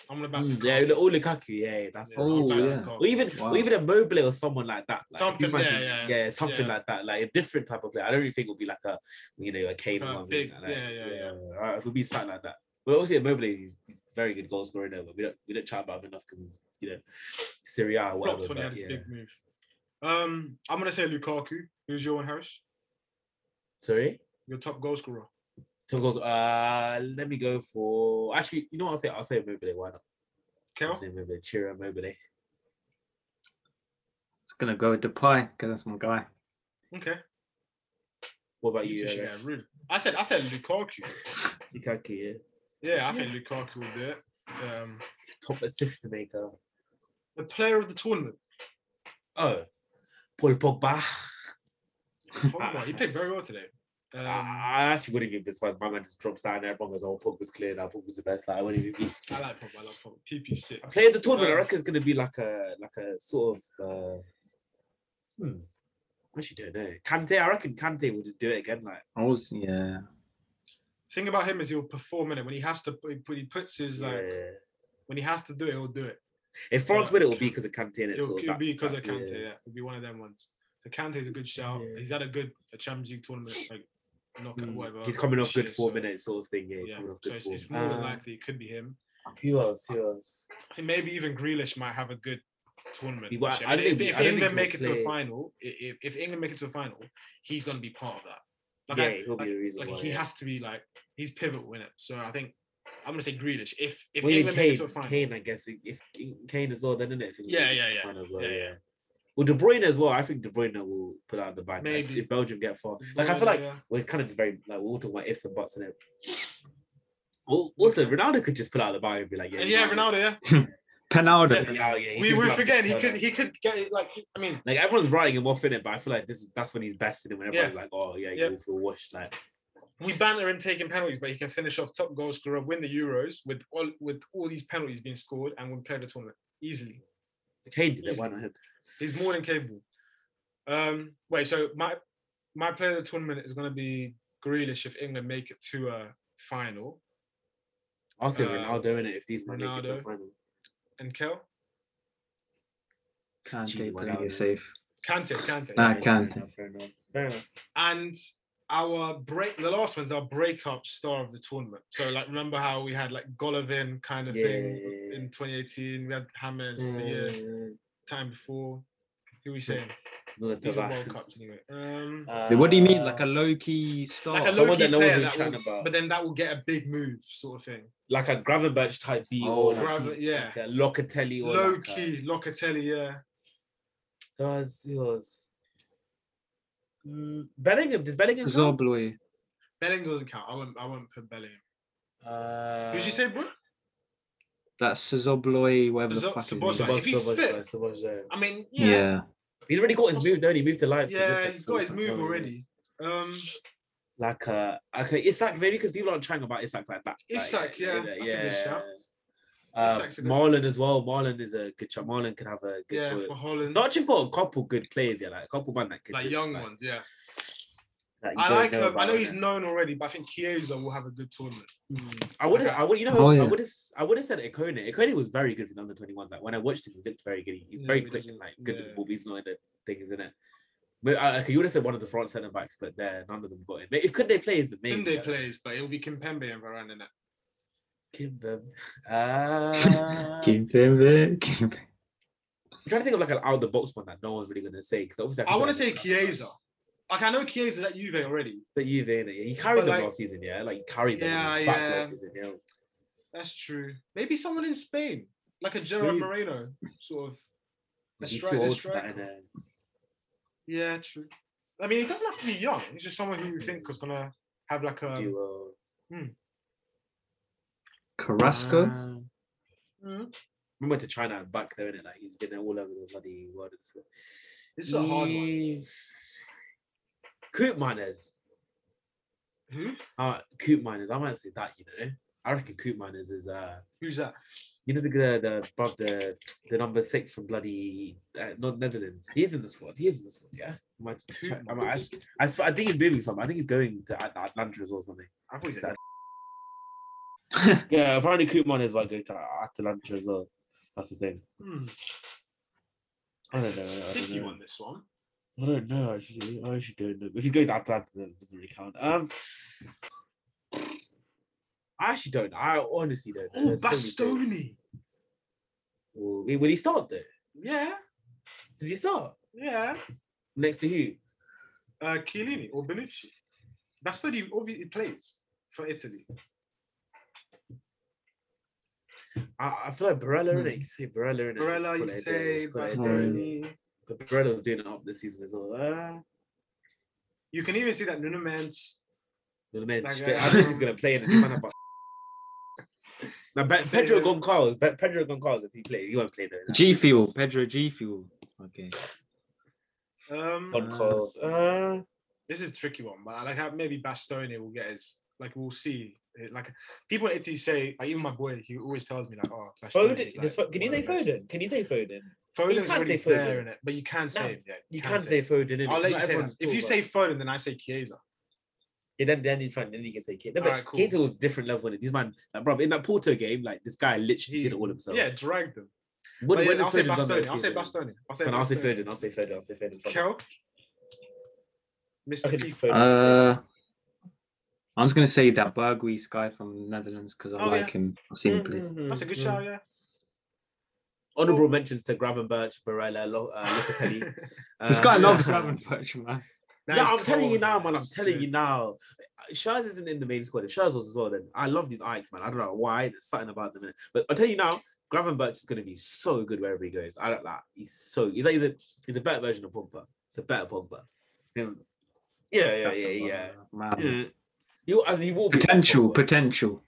S1: I'm gonna back
S2: Mm,
S1: Lukaku.
S2: yeah, the- all Lukaku. Yeah, that's
S1: Yeah,
S2: it.
S1: I'll
S3: Oh,
S1: back
S3: yeah.
S1: Lukaku.
S2: Or even
S3: Wow.
S2: or even a Mobile or someone like that. Like, if
S1: Something,
S2: these man
S1: yeah,
S2: can-
S1: yeah,
S2: yeah, something
S1: yeah.
S2: like that. Like a different type of player. I don't really think it'll be like a you know a Kane or
S1: Uh,
S2: something.
S1: big-
S2: like that.
S1: yeah, yeah, yeah.
S2: uh, it'll be something like that. But obviously, Mobile he's, he's a very good goal scorer, now, but we don't we don't chat about him enough because he's you know Serie A or whatever.
S1: Flopped when he had
S2: but
S1: his
S2: yeah.
S1: big move. Um, I'm gonna say Lukaku. Who's your one, Harris?
S2: Sorry.
S1: Your top goal scorer.
S2: Tim goes. Uh, let me go for actually. You know what I'll say? I'll say Mobile. Why not?
S1: Kel.
S2: Same Mobile, Chiro Mobile.
S3: It's gonna go with Depay because that's my guy.
S1: Okay.
S2: What about
S1: You
S2: you?
S1: two should
S2: Eric?
S1: get a room. I said I said Lukaku.
S2: Lukaku, yeah.
S1: Yeah, I think Lukaku will do it. Um,
S2: Top assist maker.
S1: the player of the tournament.
S2: Oh, Paul
S1: Um,
S2: Pogba.
S1: Pogba, he played very well today. Um,
S2: Ah, I actually wouldn't even be surprised. My man just drops down there. Everyone goes, "Oh, Pogba's clear now. Pogba's the best." Like I wouldn't even be.
S1: I like Pogba. I love Pogba. PP six.
S2: Player of the tournament. I
S1: Um,
S2: reckon it's gonna be like a like a sort of. Uh, hmm. I actually don't know. Kante. I reckon Kante will just do it again. Like
S3: I was yeah.
S1: Thing about him is he'll perform in it when he has to. put- When he puts his like
S2: yeah.
S1: when he has to do it, he'll do it.
S2: if France
S1: yeah,
S2: win, it will
S1: Kante.
S2: be because of Kante. And it's
S1: It'll,
S2: sort of
S1: it'll
S2: that-
S1: be because of
S2: that's-
S1: Kante. Yeah, it'll be one of them ones. So Kante's a good shout.
S2: Yeah.
S1: He's had a good a Champions League tournament. Like knockout, whatever.
S2: Mm, He's coming off good
S1: shit,
S2: four
S1: so-
S2: minutes sort of thing. Yeah, he's
S1: Yeah,
S2: coming off
S1: so
S2: good
S1: it's,
S2: form.
S1: it's more than
S2: Uh,
S1: likely it could be him.
S2: Who else? Who else?
S1: I think maybe even Grealish might have a good tournament.
S2: He- well,
S1: this year.
S2: I
S1: And
S2: don't
S1: if,
S2: think-
S1: if
S2: I don't
S1: England
S2: think
S1: make it to
S2: he'll
S1: a
S2: play.
S1: final, i- if, if England make it to a final, he's going to be part of that. Like,
S2: yeah,
S1: I-
S2: he'll
S1: like-
S2: be the reason
S1: like
S2: why.
S1: he
S2: yeah.
S1: has to be like he's pivotal in it. So I think I'm going to say Grealish. If if
S2: well, yeah,
S1: England make it
S2: Kane,
S1: to a final,
S2: Kane, I guess. if- If Kane as well, then isn't it? If England
S1: Yeah,
S2: make it
S1: yeah,
S2: to
S1: yeah.
S2: final As well,
S1: Yeah,
S2: yeah,
S1: yeah.
S2: Well, De Bruyne as well. I think De Bruyne will put out the bag. Like,
S1: Maybe.
S2: if Belgium get far,
S1: De
S2: like I
S1: Bruyne,
S2: feel like
S1: yeah.
S2: well, it's kind of just very like we're all talking about ifs and buts and it. Well, also Ronaldo could just pull out the bag and be like, yeah,
S1: and yeah, Ronaldo, yeah,
S3: Penaldo.
S2: Yeah, yeah, he
S1: we
S2: could
S1: were
S2: pull out the
S1: forgetting he
S2: bag.
S1: could he could get it like I mean
S2: Like everyone's writing him off in it, but I feel like this that's when he's best in it. When
S1: Yeah.
S2: everyone's like, "Oh yeah,
S1: Yep.
S2: you will feel washed." Like,
S1: we banter him taking penalties, but he can finish off top goal scorer, win the Euros with all with all these penalties being scored, and win player of the tournament easily.
S2: Kane did it.
S1: Easy.
S2: Why not him?
S1: He's more than capable. Um, wait, so my my player of the tournament is going to be Grealish if England make it to a final,
S2: I'll say
S1: Uh,
S2: Ronaldo in it if these men make it to
S1: Ronaldo.
S2: the final.
S1: and Kel,
S3: Kante,
S2: Gee,
S3: playing
S2: Ronaldo.
S3: is safe.
S1: Kante, Kante,
S3: Nah,
S2: Yeah,
S3: Kante.
S2: fair enough, Fair enough. Fair enough.
S1: and our break. The last one's our breakup star of the tournament. So like, remember how we had like Golovin kind of thing in
S2: Yeah. Mm.
S1: 2018. We had Hammers the year, time before. Who we saying?
S2: Another
S1: These are
S2: Tavares.
S1: World Cups anyway. Um,
S3: what do you mean,
S2: Uh,
S3: like a low key star?
S1: like a
S2: someone
S1: low key
S2: that no one's
S1: player,
S2: been
S1: that
S2: chatting
S1: will-
S2: about.
S1: but then that will get a big move, sort of thing.
S2: like a Gravenberch type B
S3: Oh,
S2: or like
S1: Graven-
S2: a-
S1: yeah.
S2: like a Locatelli or
S1: Low
S2: like a-
S1: key, Locatelli, yeah.
S2: Does yours? Mm, Bellingham does Bellingham? count?
S3: Zobloy.
S1: Bellingham doesn't count. I won't. I won't put Bellingham.
S2: Uh,
S1: Who'd you say, bro?
S3: That's Zobloy, whatever the
S1: Zob-
S3: fuck his
S1: Szoboszlai.
S3: name
S2: Szobosz-
S1: If he's
S2: Szobosz-
S1: fit.
S2: Szobosz- Szobosz, yeah.
S1: I mean,
S3: is.
S1: yeah,
S3: Yeah.
S2: He's already got his
S1: Also-
S2: move, though. He moved to
S1: yeah,
S2: Leipzig. didn't he?
S1: he's
S2: So
S1: got
S2: it's
S1: his
S2: like,
S1: move
S2: oh, yeah.
S1: already. Um,
S2: Like, uh, okay, Isak maybe because people aren't chatting about Isak like that. like,
S1: Isak, yeah, that's a good shout.
S2: Uh,
S1: Isak's a good-
S2: Marlon as well. Marlon is a good shot. Marlon could have a good.
S1: yeah,
S2: tour.
S1: for Holland,
S2: Not you've got a couple good players, yeah, like a couple man that could
S1: like
S2: just,
S1: young ones. Yeah,
S2: that you
S1: I
S2: don't
S1: like him. I
S2: about, Mm,
S1: know he's
S2: innit?
S1: known already, but I think Chiesa will have a good tournament.
S2: I would have.
S1: Okay.
S2: I would. You know.
S3: Oh,
S2: I
S3: yeah.
S2: would have. I would have said Ekone. Ekone was very good for the under twenty ones. Like when I watched him, he looked very good. He's
S1: Yeah,
S2: very
S1: but
S2: quick
S1: doesn't-
S2: and like good with
S1: yeah.
S2: the ball. but He's not in the things in it. But uh, okay, you would have said one of the front centre backs, but there none of them got it. But if could they play is the main.
S1: Then they
S2: yeah.
S1: plays, but it'll be Kimpembe and Varane in it.
S2: Kimbem. Uh, I'm
S3: Kimpembe. Kimpembe.
S2: trying to think of like an out of the box one that no one's really gonna say because obviously
S1: I
S2: think
S1: want to
S2: that-
S1: say Chiesa. Like I know Chiesa's at Juve already.
S2: that you there. that He carried
S1: But,
S2: them
S1: like-
S2: last season, yeah. Like he carried them
S1: Yeah,
S2: yeah, back
S1: yeah.
S2: last season, yeah.
S1: That's true. Maybe someone in Spain, like a Gerard
S2: Maybe-
S1: Moreno, sort of. A
S2: He's
S1: stri-
S2: too
S1: a
S2: old for that.
S1: striker.
S2: And, uh,
S1: Yeah, true. I mean, he doesn't have to be young. He's just someone who you think is gonna have like a.
S2: do well.
S3: Carrasco.
S2: Uh,
S1: Mm,
S2: we went to China and back there, innit? Like he's been all over the bloody world. and stuff.
S1: this is a hard one.
S2: Yeah. Coop miners.
S1: Who?
S2: Uh, Coop miners. I might say that, you know. I reckon Coop miners is uh
S1: Who's that?
S2: you know the the the, above the, the number six from bloody uh, not Netherlands. He's in the squad. He's in the squad. Yeah. I might
S1: Coop
S2: check- I, might-
S1: miners?
S2: I, I, I think he's moving something. I think he's going to At- Atlanta as well or something.
S1: I thought he said.
S2: That- Yeah, apparently Coop miners might go to Atlanta as well. That's the thing.
S1: Hmm.
S2: I
S1: It's
S2: don't know.
S1: a
S2: I don't
S1: sticky
S2: know.
S1: one. This one.
S2: I don't know actually. I actually don't know. If he's going to Atlanta, then it doesn't really count. Um, I actually don't. I honestly don't. know.
S1: Oh,
S2: There's so many players.
S1: Bastoni.
S2: Well, wait, Will he start though?
S1: Yeah,
S2: Does he start
S1: yeah.
S2: next to who?
S1: Uh, Chiellini or Benucci. Bastoni obviously plays for Italy.
S2: I, I feel like Barella
S3: Hmm.
S2: in it. You can say Barella in it.
S1: Barella, you could say Bastoni.
S2: But Barella's doing it up this season as well. Uh,
S1: You can even see that Nuno Mendes.
S2: the man,
S1: Like,
S2: spit- I
S1: uh,
S2: don't think he's gonna play in it. He might not, but- Now, Be-
S1: Say,
S2: Pedro
S1: uh,
S2: Goncalves, Pe- Pedro Goncalves, if he plays, he won't play though.
S3: G Fuel. Pedro G Fuel. Okay.
S1: Um,
S2: Goncalves. Uh,
S1: this is a tricky one, but I like how maybe Bastoni will get his like we'll see. It- Like people in Italy say, like even my boy, he always tells me like, oh, Bastoni
S2: Foden.
S1: is,
S2: does
S1: like,
S2: Fo- can you
S1: one
S2: say
S1: of the best.
S2: Foden? Can you say Foden? You
S1: Foden's
S2: can't
S1: already
S2: say
S1: there
S2: Foden.
S1: in it, but you can say
S2: No,
S1: him, yeah.
S2: You can say Foden. innit?
S1: I'll let you
S2: Not
S1: say that.
S2: everyone's
S1: If you
S2: taught
S1: say Foden, then I say Chiesa.
S2: Yeah, then then in front, then you can say Kate. No, but
S1: Alright, cool.
S2: Keita was different level. These man, like, bro, in that Porto game, like this guy literally did it all himself.
S1: Yeah, drag them.
S2: When,
S1: But yeah,
S2: when
S1: I'll,
S2: has
S1: say
S2: Foden done that
S1: Bastoni, I'll say
S2: season?
S1: Bastoni. I'll say
S2: Fine, I'll say
S1: Bastoni.
S2: Foden. I'll say Foden. I'll say Foden. I'll say Foden.
S1: Kel, Mr.
S2: Okay,
S1: FIFA.
S2: Foden.
S3: Uh, I'm just gonna say that Bergwijs guy from Netherlands because I
S1: Oh, yeah.
S3: like him. I've seen him play.
S1: Mm-hmm. That's a good shout, yeah.
S2: Mm-hmm. Honorable mentions to Gravenberch, Barella, Lo- uh, Locatelli.
S3: This guy
S2: Um,
S3: loves Gravenberch, man.
S1: That
S2: yeah,
S1: is
S2: I'm telling you
S1: cold,
S2: now, man. I'm
S1: It's
S2: telling
S1: good.
S2: you now. Uh, Shaz isn't in the main squad. If Shaz was as well, then I love these Ajax, man. I don't know why. There's something about them. innit? But I'll tell you now, Gravenberch is going to be so good wherever he goes. I don't like. He's so. He's like he's a, he's a better version of Pogba. It's a better Pogba. Him- Yeah, yeah,
S3: That's
S2: yeah,
S3: a-
S2: yeah.
S3: madness.
S2: Yeah. You and he will be a better
S3: Potential,
S2: Pogba.
S3: potential.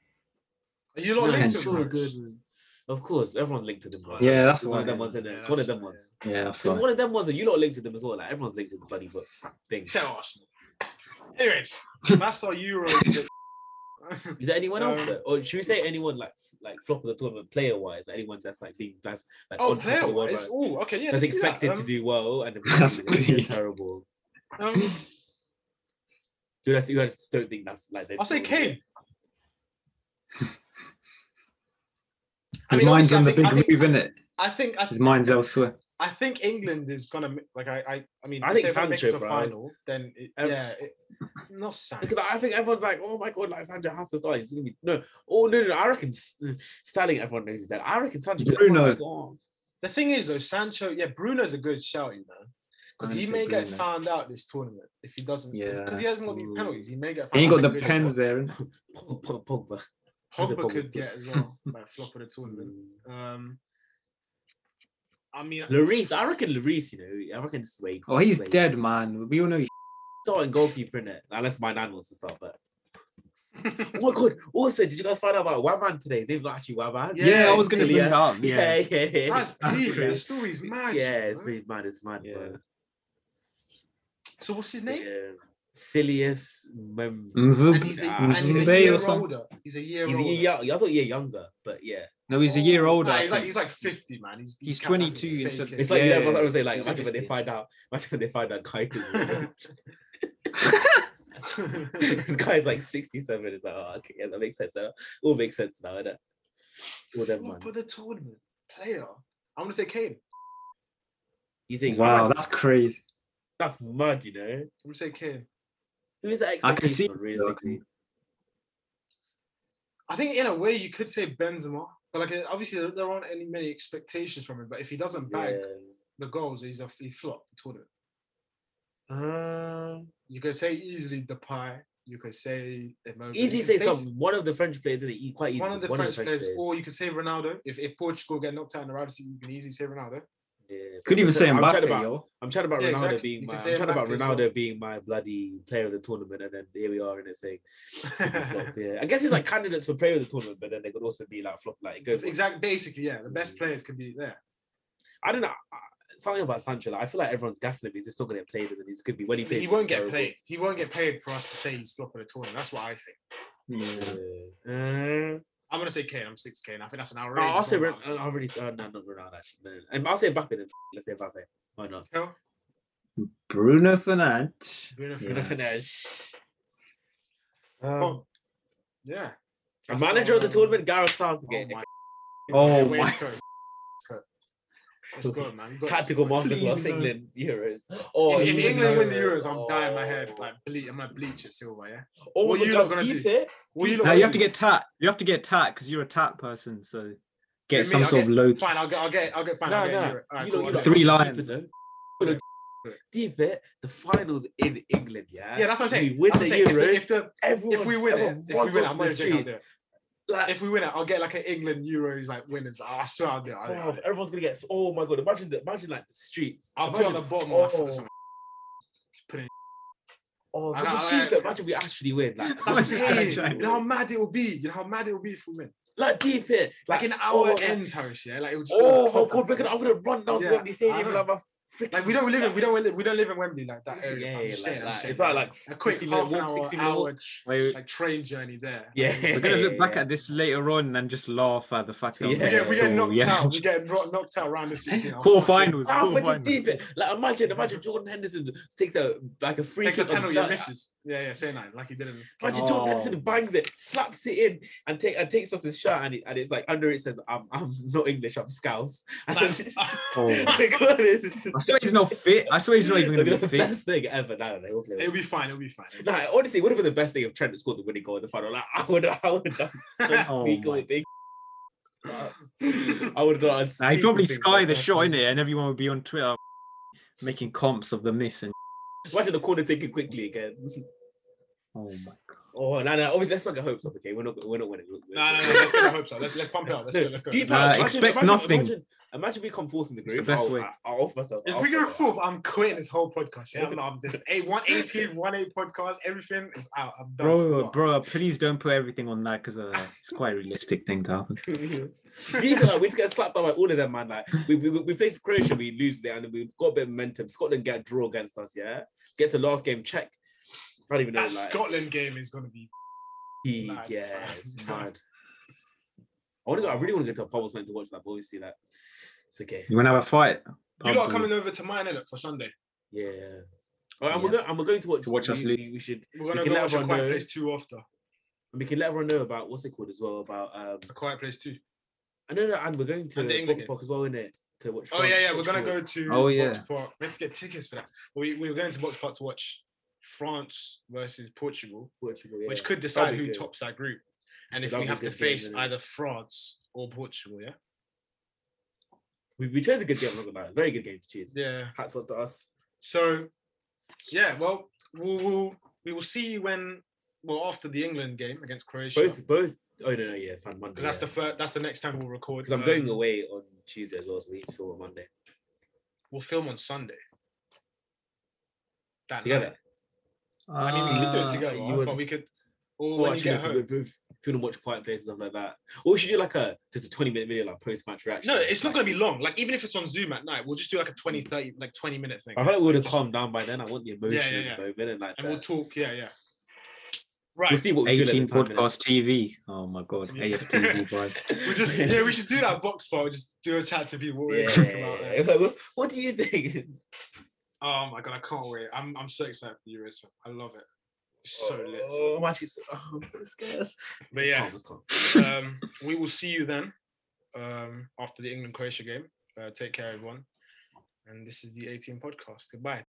S1: Are you
S2: No,
S1: lot
S3: Yeah,
S1: linked
S2: he's
S1: to
S3: potential.
S2: so
S1: Norwich?
S2: good. man. Of course, everyone's linked to them. bro.
S3: Yeah, that's
S2: one
S3: why,
S2: of them
S3: yeah.
S2: ones. innit?
S1: Yeah,
S2: It's one
S1: that's
S2: of them
S1: why,
S2: ones.
S3: Yeah, that's
S2: It's
S3: right.
S2: one of them ones that you lot linked to them as well. Like everyone's linked to the bloody book thing.
S1: yeah. Tell Arsenal. Anyways, that's our Euro.
S2: Is there anyone else?
S1: Um,
S2: that- or should we say anyone like like flop of the tournament player wise? Anyone that's like being that's like
S1: oh,
S2: on top of
S1: player
S2: the world
S1: wise.
S2: rank,
S1: Oh, okay, yeah.
S2: that's
S1: let's do that.
S2: expected to
S1: Um,
S2: do well and
S3: That's
S2: then
S3: weird.
S2: terrible.
S1: Um,
S2: You just, you just don't think that's like.
S1: I'll say Kane. I
S3: His
S1: mean,
S3: mind's
S1: obviously,
S3: on
S1: I
S3: the big
S1: think- I think-
S3: move, innit?
S1: I think I,
S3: His mind's elsewhere.
S1: I think England is gonna ma- like I I, I mean
S2: I
S1: if
S2: think
S1: they don't make it to
S2: Sancho,
S1: a
S2: bro.
S1: final then it,
S2: Um,
S1: yeah it, not Sancho
S2: Because I think everyone's like, oh my god, like Sancho has to start. He's gonna be no, oh no, no. I reckon S- Sterling. Everyone knows he's dead. I reckon Sancho. could- Oh my
S3: Bruno.
S2: god.
S1: the thing is though Sancho yeah Bruno's a good shout you know because he
S3: Honestly,
S1: may get
S3: Bruno.
S1: found out this tournament if he doesn't because he hasn't got the
S2: Ooh.
S1: penalties he may get
S3: He ain't got
S1: found
S3: the
S1: out. That's a good
S3: pens there. innit?
S2: Pog- Pog- Pogba.
S1: shout.
S2: That's a
S1: Pogba
S2: problem
S1: could
S2: still.
S1: get as well like flop of the tournament
S2: Mm.
S1: um I mean
S2: Lloris, I reckon Lloris. You know, I reckon this is where he-
S3: Oh, he's
S2: where he-
S3: dead, man. We all know. He's
S2: starting goalkeeper in it, unless my nan wants to start. But oh my god! Also, did you guys find out about Waman today? They've not actually Waman.
S1: Yeah,
S3: yeah, I was gonna
S2: silly,
S3: bring
S2: yeah.
S3: that up.
S2: Yeah,
S3: Yeah,
S2: yeah, yeah.
S1: that's
S3: That's
S1: big, man. the
S3: crazy.
S1: story's mad
S2: yeah, it's
S1: man.
S2: really mad. It's mad.
S3: Yeah.
S2: bro.
S1: so what's his name
S2: Yeah. Silliest
S3: Mm.
S2: mem-
S1: and he's a,
S2: Nah.
S1: and he's a
S3: Mbappe
S1: year
S3: Ah, or something.
S1: older he's a year
S2: He's a
S1: older
S2: year young. I thought you're younger, but yeah,
S3: No, he's a year
S1: Oh,
S3: older.
S1: nah,
S3: I
S1: he's like
S3: think.
S1: he's like fifty, man. He's
S3: He's
S1: can't- that's
S3: 22 instead
S1: fake
S3: of-
S1: it.
S2: it's like yeah,
S3: Yeah,
S2: you know, I was saying like
S1: He's
S2: imagine when they
S1: 16.
S2: find out, imagine when they find out Kai this guy's like sixty-seven. It's like oh, okay, yeah, that makes sense. Now. All makes sense now, innit? All them
S1: What
S2: man.
S1: for the tournament player? I'm gonna say Kane.
S2: You think
S3: Wow, that's
S2: that's,
S3: crazy.
S2: that's mad, you know?
S1: I'm gonna say Kane.
S2: Who's that
S3: I can see.
S2: expectation? realistically?
S1: I think in a way you could say Benzema, but like uh, obviously there, there aren't any many expectations from him. But if he doesn't bang
S2: Yeah.
S1: the goals, he's a he flop the tournament.
S2: Uh,
S1: You could say easily Depay. You could say Immobile. you
S2: easy
S1: could
S2: say
S1: basi-
S2: some one of the French players in it quite easy.
S1: One of the French players, or you could say Ronaldo. If, if Portugal get knocked out in the round, you can easily say Ronaldo.
S2: Yeah,
S3: Could even say
S2: I'm chatting
S3: Mbappe,
S2: about-
S3: yo.
S2: I'm chatting about
S1: Yeah,
S2: Ronaldo
S1: exactly.
S2: being
S1: You
S2: my
S1: can
S2: I'm
S1: say
S2: chatting about
S1: Mbappe as
S2: Ronaldo
S1: well.
S2: being my bloody player of the tournament, and then here we are in it saying flop. Yeah, I guess it's like candidates for player of the tournament, but then they could also be like flop. Like it goes. Exactly.
S1: exactly, basically, yeah. The best
S2: Mm.
S1: players can be there.
S2: I don't know. I- Something about Sancho. Like, I feel like everyone's gassing him. He's just not gonna get played, and then he's gonna be when he
S1: I mean,
S2: plays.
S1: he won't get paid. He won't get paid for us to say he's flopping a tournament. That's what I think.
S3: Yeah.
S2: Uh,
S1: I'm gonna say Kane. I'm six Kane. I think that's an
S2: no,
S1: outrageous.
S2: I'll say
S1: one,
S2: Ren-
S1: but
S2: uh, I'll really, uh, no, not Ronaldo actually. No, no, no. Um, I'll say Mbappe then. Let's say Mbappe. Why not?
S3: Bruno Fernandes.
S1: Bruno
S3: Yeah.
S1: Fernandes.
S2: Um,
S1: Yeah.
S2: a
S1: That's
S2: manager of the
S1: our, um,
S2: tournament, Gareth
S1: Oh
S2: Southgate.
S1: my.
S3: Oh
S1: Where's
S3: my-
S1: Kurt? Kurt. Let's go, man. We've got this,
S2: Tactical
S1: we've got this.
S2: masterclass,
S3: Please, no.
S2: England Euros. Oh,
S1: If, if
S2: you
S1: England win the
S2: know.
S1: Euros, I'm dying my head.
S2: Oh.
S1: Like, bleed, I'm gonna bleach it silver. Yeah.
S2: oh,
S1: what
S2: my
S1: you
S2: God,
S1: lot gonna
S2: keep
S1: do?
S2: it.
S1: Well, you
S2: eh?
S3: Now you have to get tat. You have to get tat because you're a tat person. So
S1: me,
S3: get some
S1: I'll
S3: sort of
S1: get-
S3: low.
S1: Fine, I'll get. I'll get. I'll get. Fine.
S2: No,
S1: I'll get
S2: no.
S1: Euro. All right,
S2: You
S1: cool,
S2: know,
S1: I'll
S2: you
S1: get
S2: know,
S3: Three
S1: Euro.
S3: lions.
S2: Deep it. The finals in England. Yeah.
S1: Yeah, that's what I'm saying.
S2: We win
S1: that's
S2: the
S1: what I'm saying.
S2: Euros.
S1: If, the, if, the,
S2: everyone,
S1: if we win it,
S2: everyone
S1: if we
S2: runs
S1: win it,
S2: onto
S1: I'm gonna
S2: the
S1: say I'll do
S2: streets.
S1: it.
S2: Like,
S1: If we win it, I'll get like an England Euros like winners. I I swear I'll do it. I'll do it, I'll
S2: bruv,
S1: do it.
S2: Oh, everyone's gonna get. s- Oh my god! Imagine the imagine like the streets.
S1: I'll put it
S2: imagine,
S1: on the bottom of my foot
S2: oh.
S1: or something. Put it in-
S2: Oh,
S1: I
S2: but
S1: got-
S2: just
S1: I-
S2: deep it. Imagine we actually win. Like,
S1: That's what I'm
S3: What's this guy
S1: saying.
S3: trying to
S1: You know how mad it will be. You know how mad it will be if we win.
S2: like deep it.
S1: Like an hour
S2: oh,
S1: ends, Harris. Yeah, like it would just. go
S2: Oh my
S1: pop
S2: god!
S1: up.
S2: We're gonna. I'm gonna run down
S1: Yeah,
S2: to Wembley Stadium.
S1: I
S2: Like, my freaking
S1: Like we don't live in we don't live, we don't live in Wembley like that area.
S2: Yeah,
S1: I'm just
S2: like
S1: saying, I'm
S2: that.
S1: just saying,
S2: It's like like
S1: a quick
S2: 50 minute
S1: half an
S2: walk,
S1: hour,
S2: 60 minute
S1: hour
S2: walk.
S1: tr-
S3: Wait,
S1: like train journey there.
S2: Yeah.
S3: we're gonna look back at this later on and just laugh at the fact that
S2: Yeah.
S1: We
S2: Yeah,
S1: get, we get
S3: Oh,
S1: knocked
S3: yeah.
S1: out. We get ro- knocked out round the 16. I'll
S3: Four
S1: fucking-
S3: finals.
S2: Oh,
S3: Four
S2: but just
S3: finals.
S2: deep it. Like imagine, imagine Jordan Henderson takes a like a free
S1: Takes a
S2: kick. on
S1: penalty and
S2: that-
S1: misses. Yeah, yeah, say nine. Like he did in
S2: Imagine Jordan Henderson
S3: Oh.
S2: bangs it, slaps it in, and take and takes off his shirt, and, it, and it's like under it says, "I'm I'm not English, I'm Scouse." And
S1: Like,
S3: Oh.
S2: it's- like, what is it?
S3: I swear he's not fit. I swear he's not even
S2: It'll
S3: gonna
S2: be
S3: be
S2: the
S3: fit.
S2: best thing ever. No, no, no, he'll play
S1: It'll
S2: well.
S1: be fine. It'll be fine.
S2: No, honestly, it would have been the best thing if Trent had scored the winning goal in the final. Like, I would, I would have done
S3: Oh
S2: unspeakable
S3: my-
S2: things. I would have done.
S3: Nah, he'd probably
S2: unspeakable things
S3: sky
S2: like
S3: the
S2: that.
S3: shot in it, and everyone would be on Twitter making comps of the miss. And
S2: Imagine the corner taken quickly again.
S3: oh my god,
S2: Oh no, no. Obviously, let's not get hopes up. Okay, we're not, we're not winning. We're-
S1: No, no, no. Let's get the hopes up. Let's let's pump it up. Let's go. Let's go.
S2: Deep
S1: Let's
S3: Uh,
S2: down,
S1: go.
S2: imagine-
S3: expect
S2: imagine-
S3: nothing.
S2: Imagine, imagine we come fourth in the
S3: It's
S2: group.
S3: the best
S2: I'll,
S3: way.
S2: I- I'll off myself.
S1: If
S2: I'll
S1: we go
S2: off myself.
S1: fourth, I'm quitting this whole podcast. Yeah, I'm, I'm this eight one eighteen one eight podcast. Everything is out. I'm done.
S3: bro, bro, please don't put everything on that because uh, it's quite a realistic thing to happen.
S2: Deep down, we just get slapped down by all of them, man. Like we we, we play Croatia, we lose there, and then we got a bit of momentum. Scotland get a draw against us. Yeah, gets the last game check. I don't even know.
S1: That
S2: like,
S1: Scotland game is gonna be.
S2: peak,
S1: mad,
S2: yeah,
S1: man.
S2: it's mad. I want to go. I really want to go to a pub or something to watch that, but obviously, that it's okay.
S3: You wanna have a fight?
S1: You lot are
S3: Probably.
S1: coming over to mine innit, for Sunday.
S2: Yeah. Alright, and we're
S3: Yeah.
S2: going. And we're going to watch.
S3: To watch us
S2: we,
S3: lose.
S2: we, we should.
S1: We're gonna
S2: can
S1: go
S2: let
S1: watch a
S2: everyone
S1: Quiet
S2: know.
S1: Place two after
S2: We can let everyone know about what's it called as well. About um.
S1: a Quiet Place two.
S2: I know that, and we're going to
S1: And the England game.
S2: Box Park as well, in it to watch.
S1: Oh
S2: France,
S1: yeah, yeah. We're
S2: watch
S1: gonna go
S2: England.
S1: to.
S3: Oh,
S1: Box
S3: yeah.
S1: Park. We had to get tickets for that. We we were going to Box Park to watch France versus Portugal,
S2: Portugal,
S1: which
S2: yeah.
S1: could decide
S2: be
S1: who
S2: good.
S1: tops that group, and
S2: So
S1: if
S2: that'll
S1: we
S2: be
S1: have
S2: good
S1: to
S2: game,
S1: face
S2: innit?
S1: either France or Portugal. Yeah.
S2: we, we chose a good game. I'm not gonna lie, Very good game to choose.
S1: Yeah.
S2: Hats off to us.
S1: So, yeah, well, we'll, we'll we will see when well after the England game against Croatia.
S2: Both, both. Oh no, no, yeah, fan Monday.
S1: Because that's the first, that's the next time we'll record.
S2: because I'm
S1: um,
S2: going away on Tuesday as well, so we need to film on Monday
S1: We'll film on Sunday. That
S2: together.
S1: night. I mean, we could do it
S3: Uh,
S1: together,
S2: you
S1: right?
S2: would-
S1: but we could. Or
S2: Well,
S1: when you
S2: actually,
S1: get
S2: if you
S1: home.
S2: if you want to watch Quiet Place and stuff like that, or we should do like a just a 20 minute video, like post match reaction.
S1: No, it's not going to be long. Like even if it's on Zoom at night, we'll just do like a 20, 30, like twenty minute thing,
S2: I feel like we would have calmed down by then. I want the emotion in
S1: yeah.
S2: the moment and like
S1: and
S2: the-
S1: we'll talk. Yeah, yeah. Right.
S2: we'll see what we feel at the
S3: 18
S2: time, innit?
S3: podcast TV. Oh my god,
S1: Yeah.
S3: AFTV vibe.
S1: We'll just yeah, we should do that box part. Just do a chat to people. What we're
S2: Yeah,
S1: talking about. there.
S2: yeah, yeah. What- What do you think?
S1: Oh my god, I can't wait. I'm I'm so excited for you, Rizwan. I love it. It's so lit.
S2: Oh, I'm actually so, oh, I'm so scared.
S1: But
S2: It's
S1: yeah,
S2: calm, it's calm.
S1: um, we will see you then um, after the England Croatia game. Uh, take care, everyone. And this is the 18 podcast. Goodbye.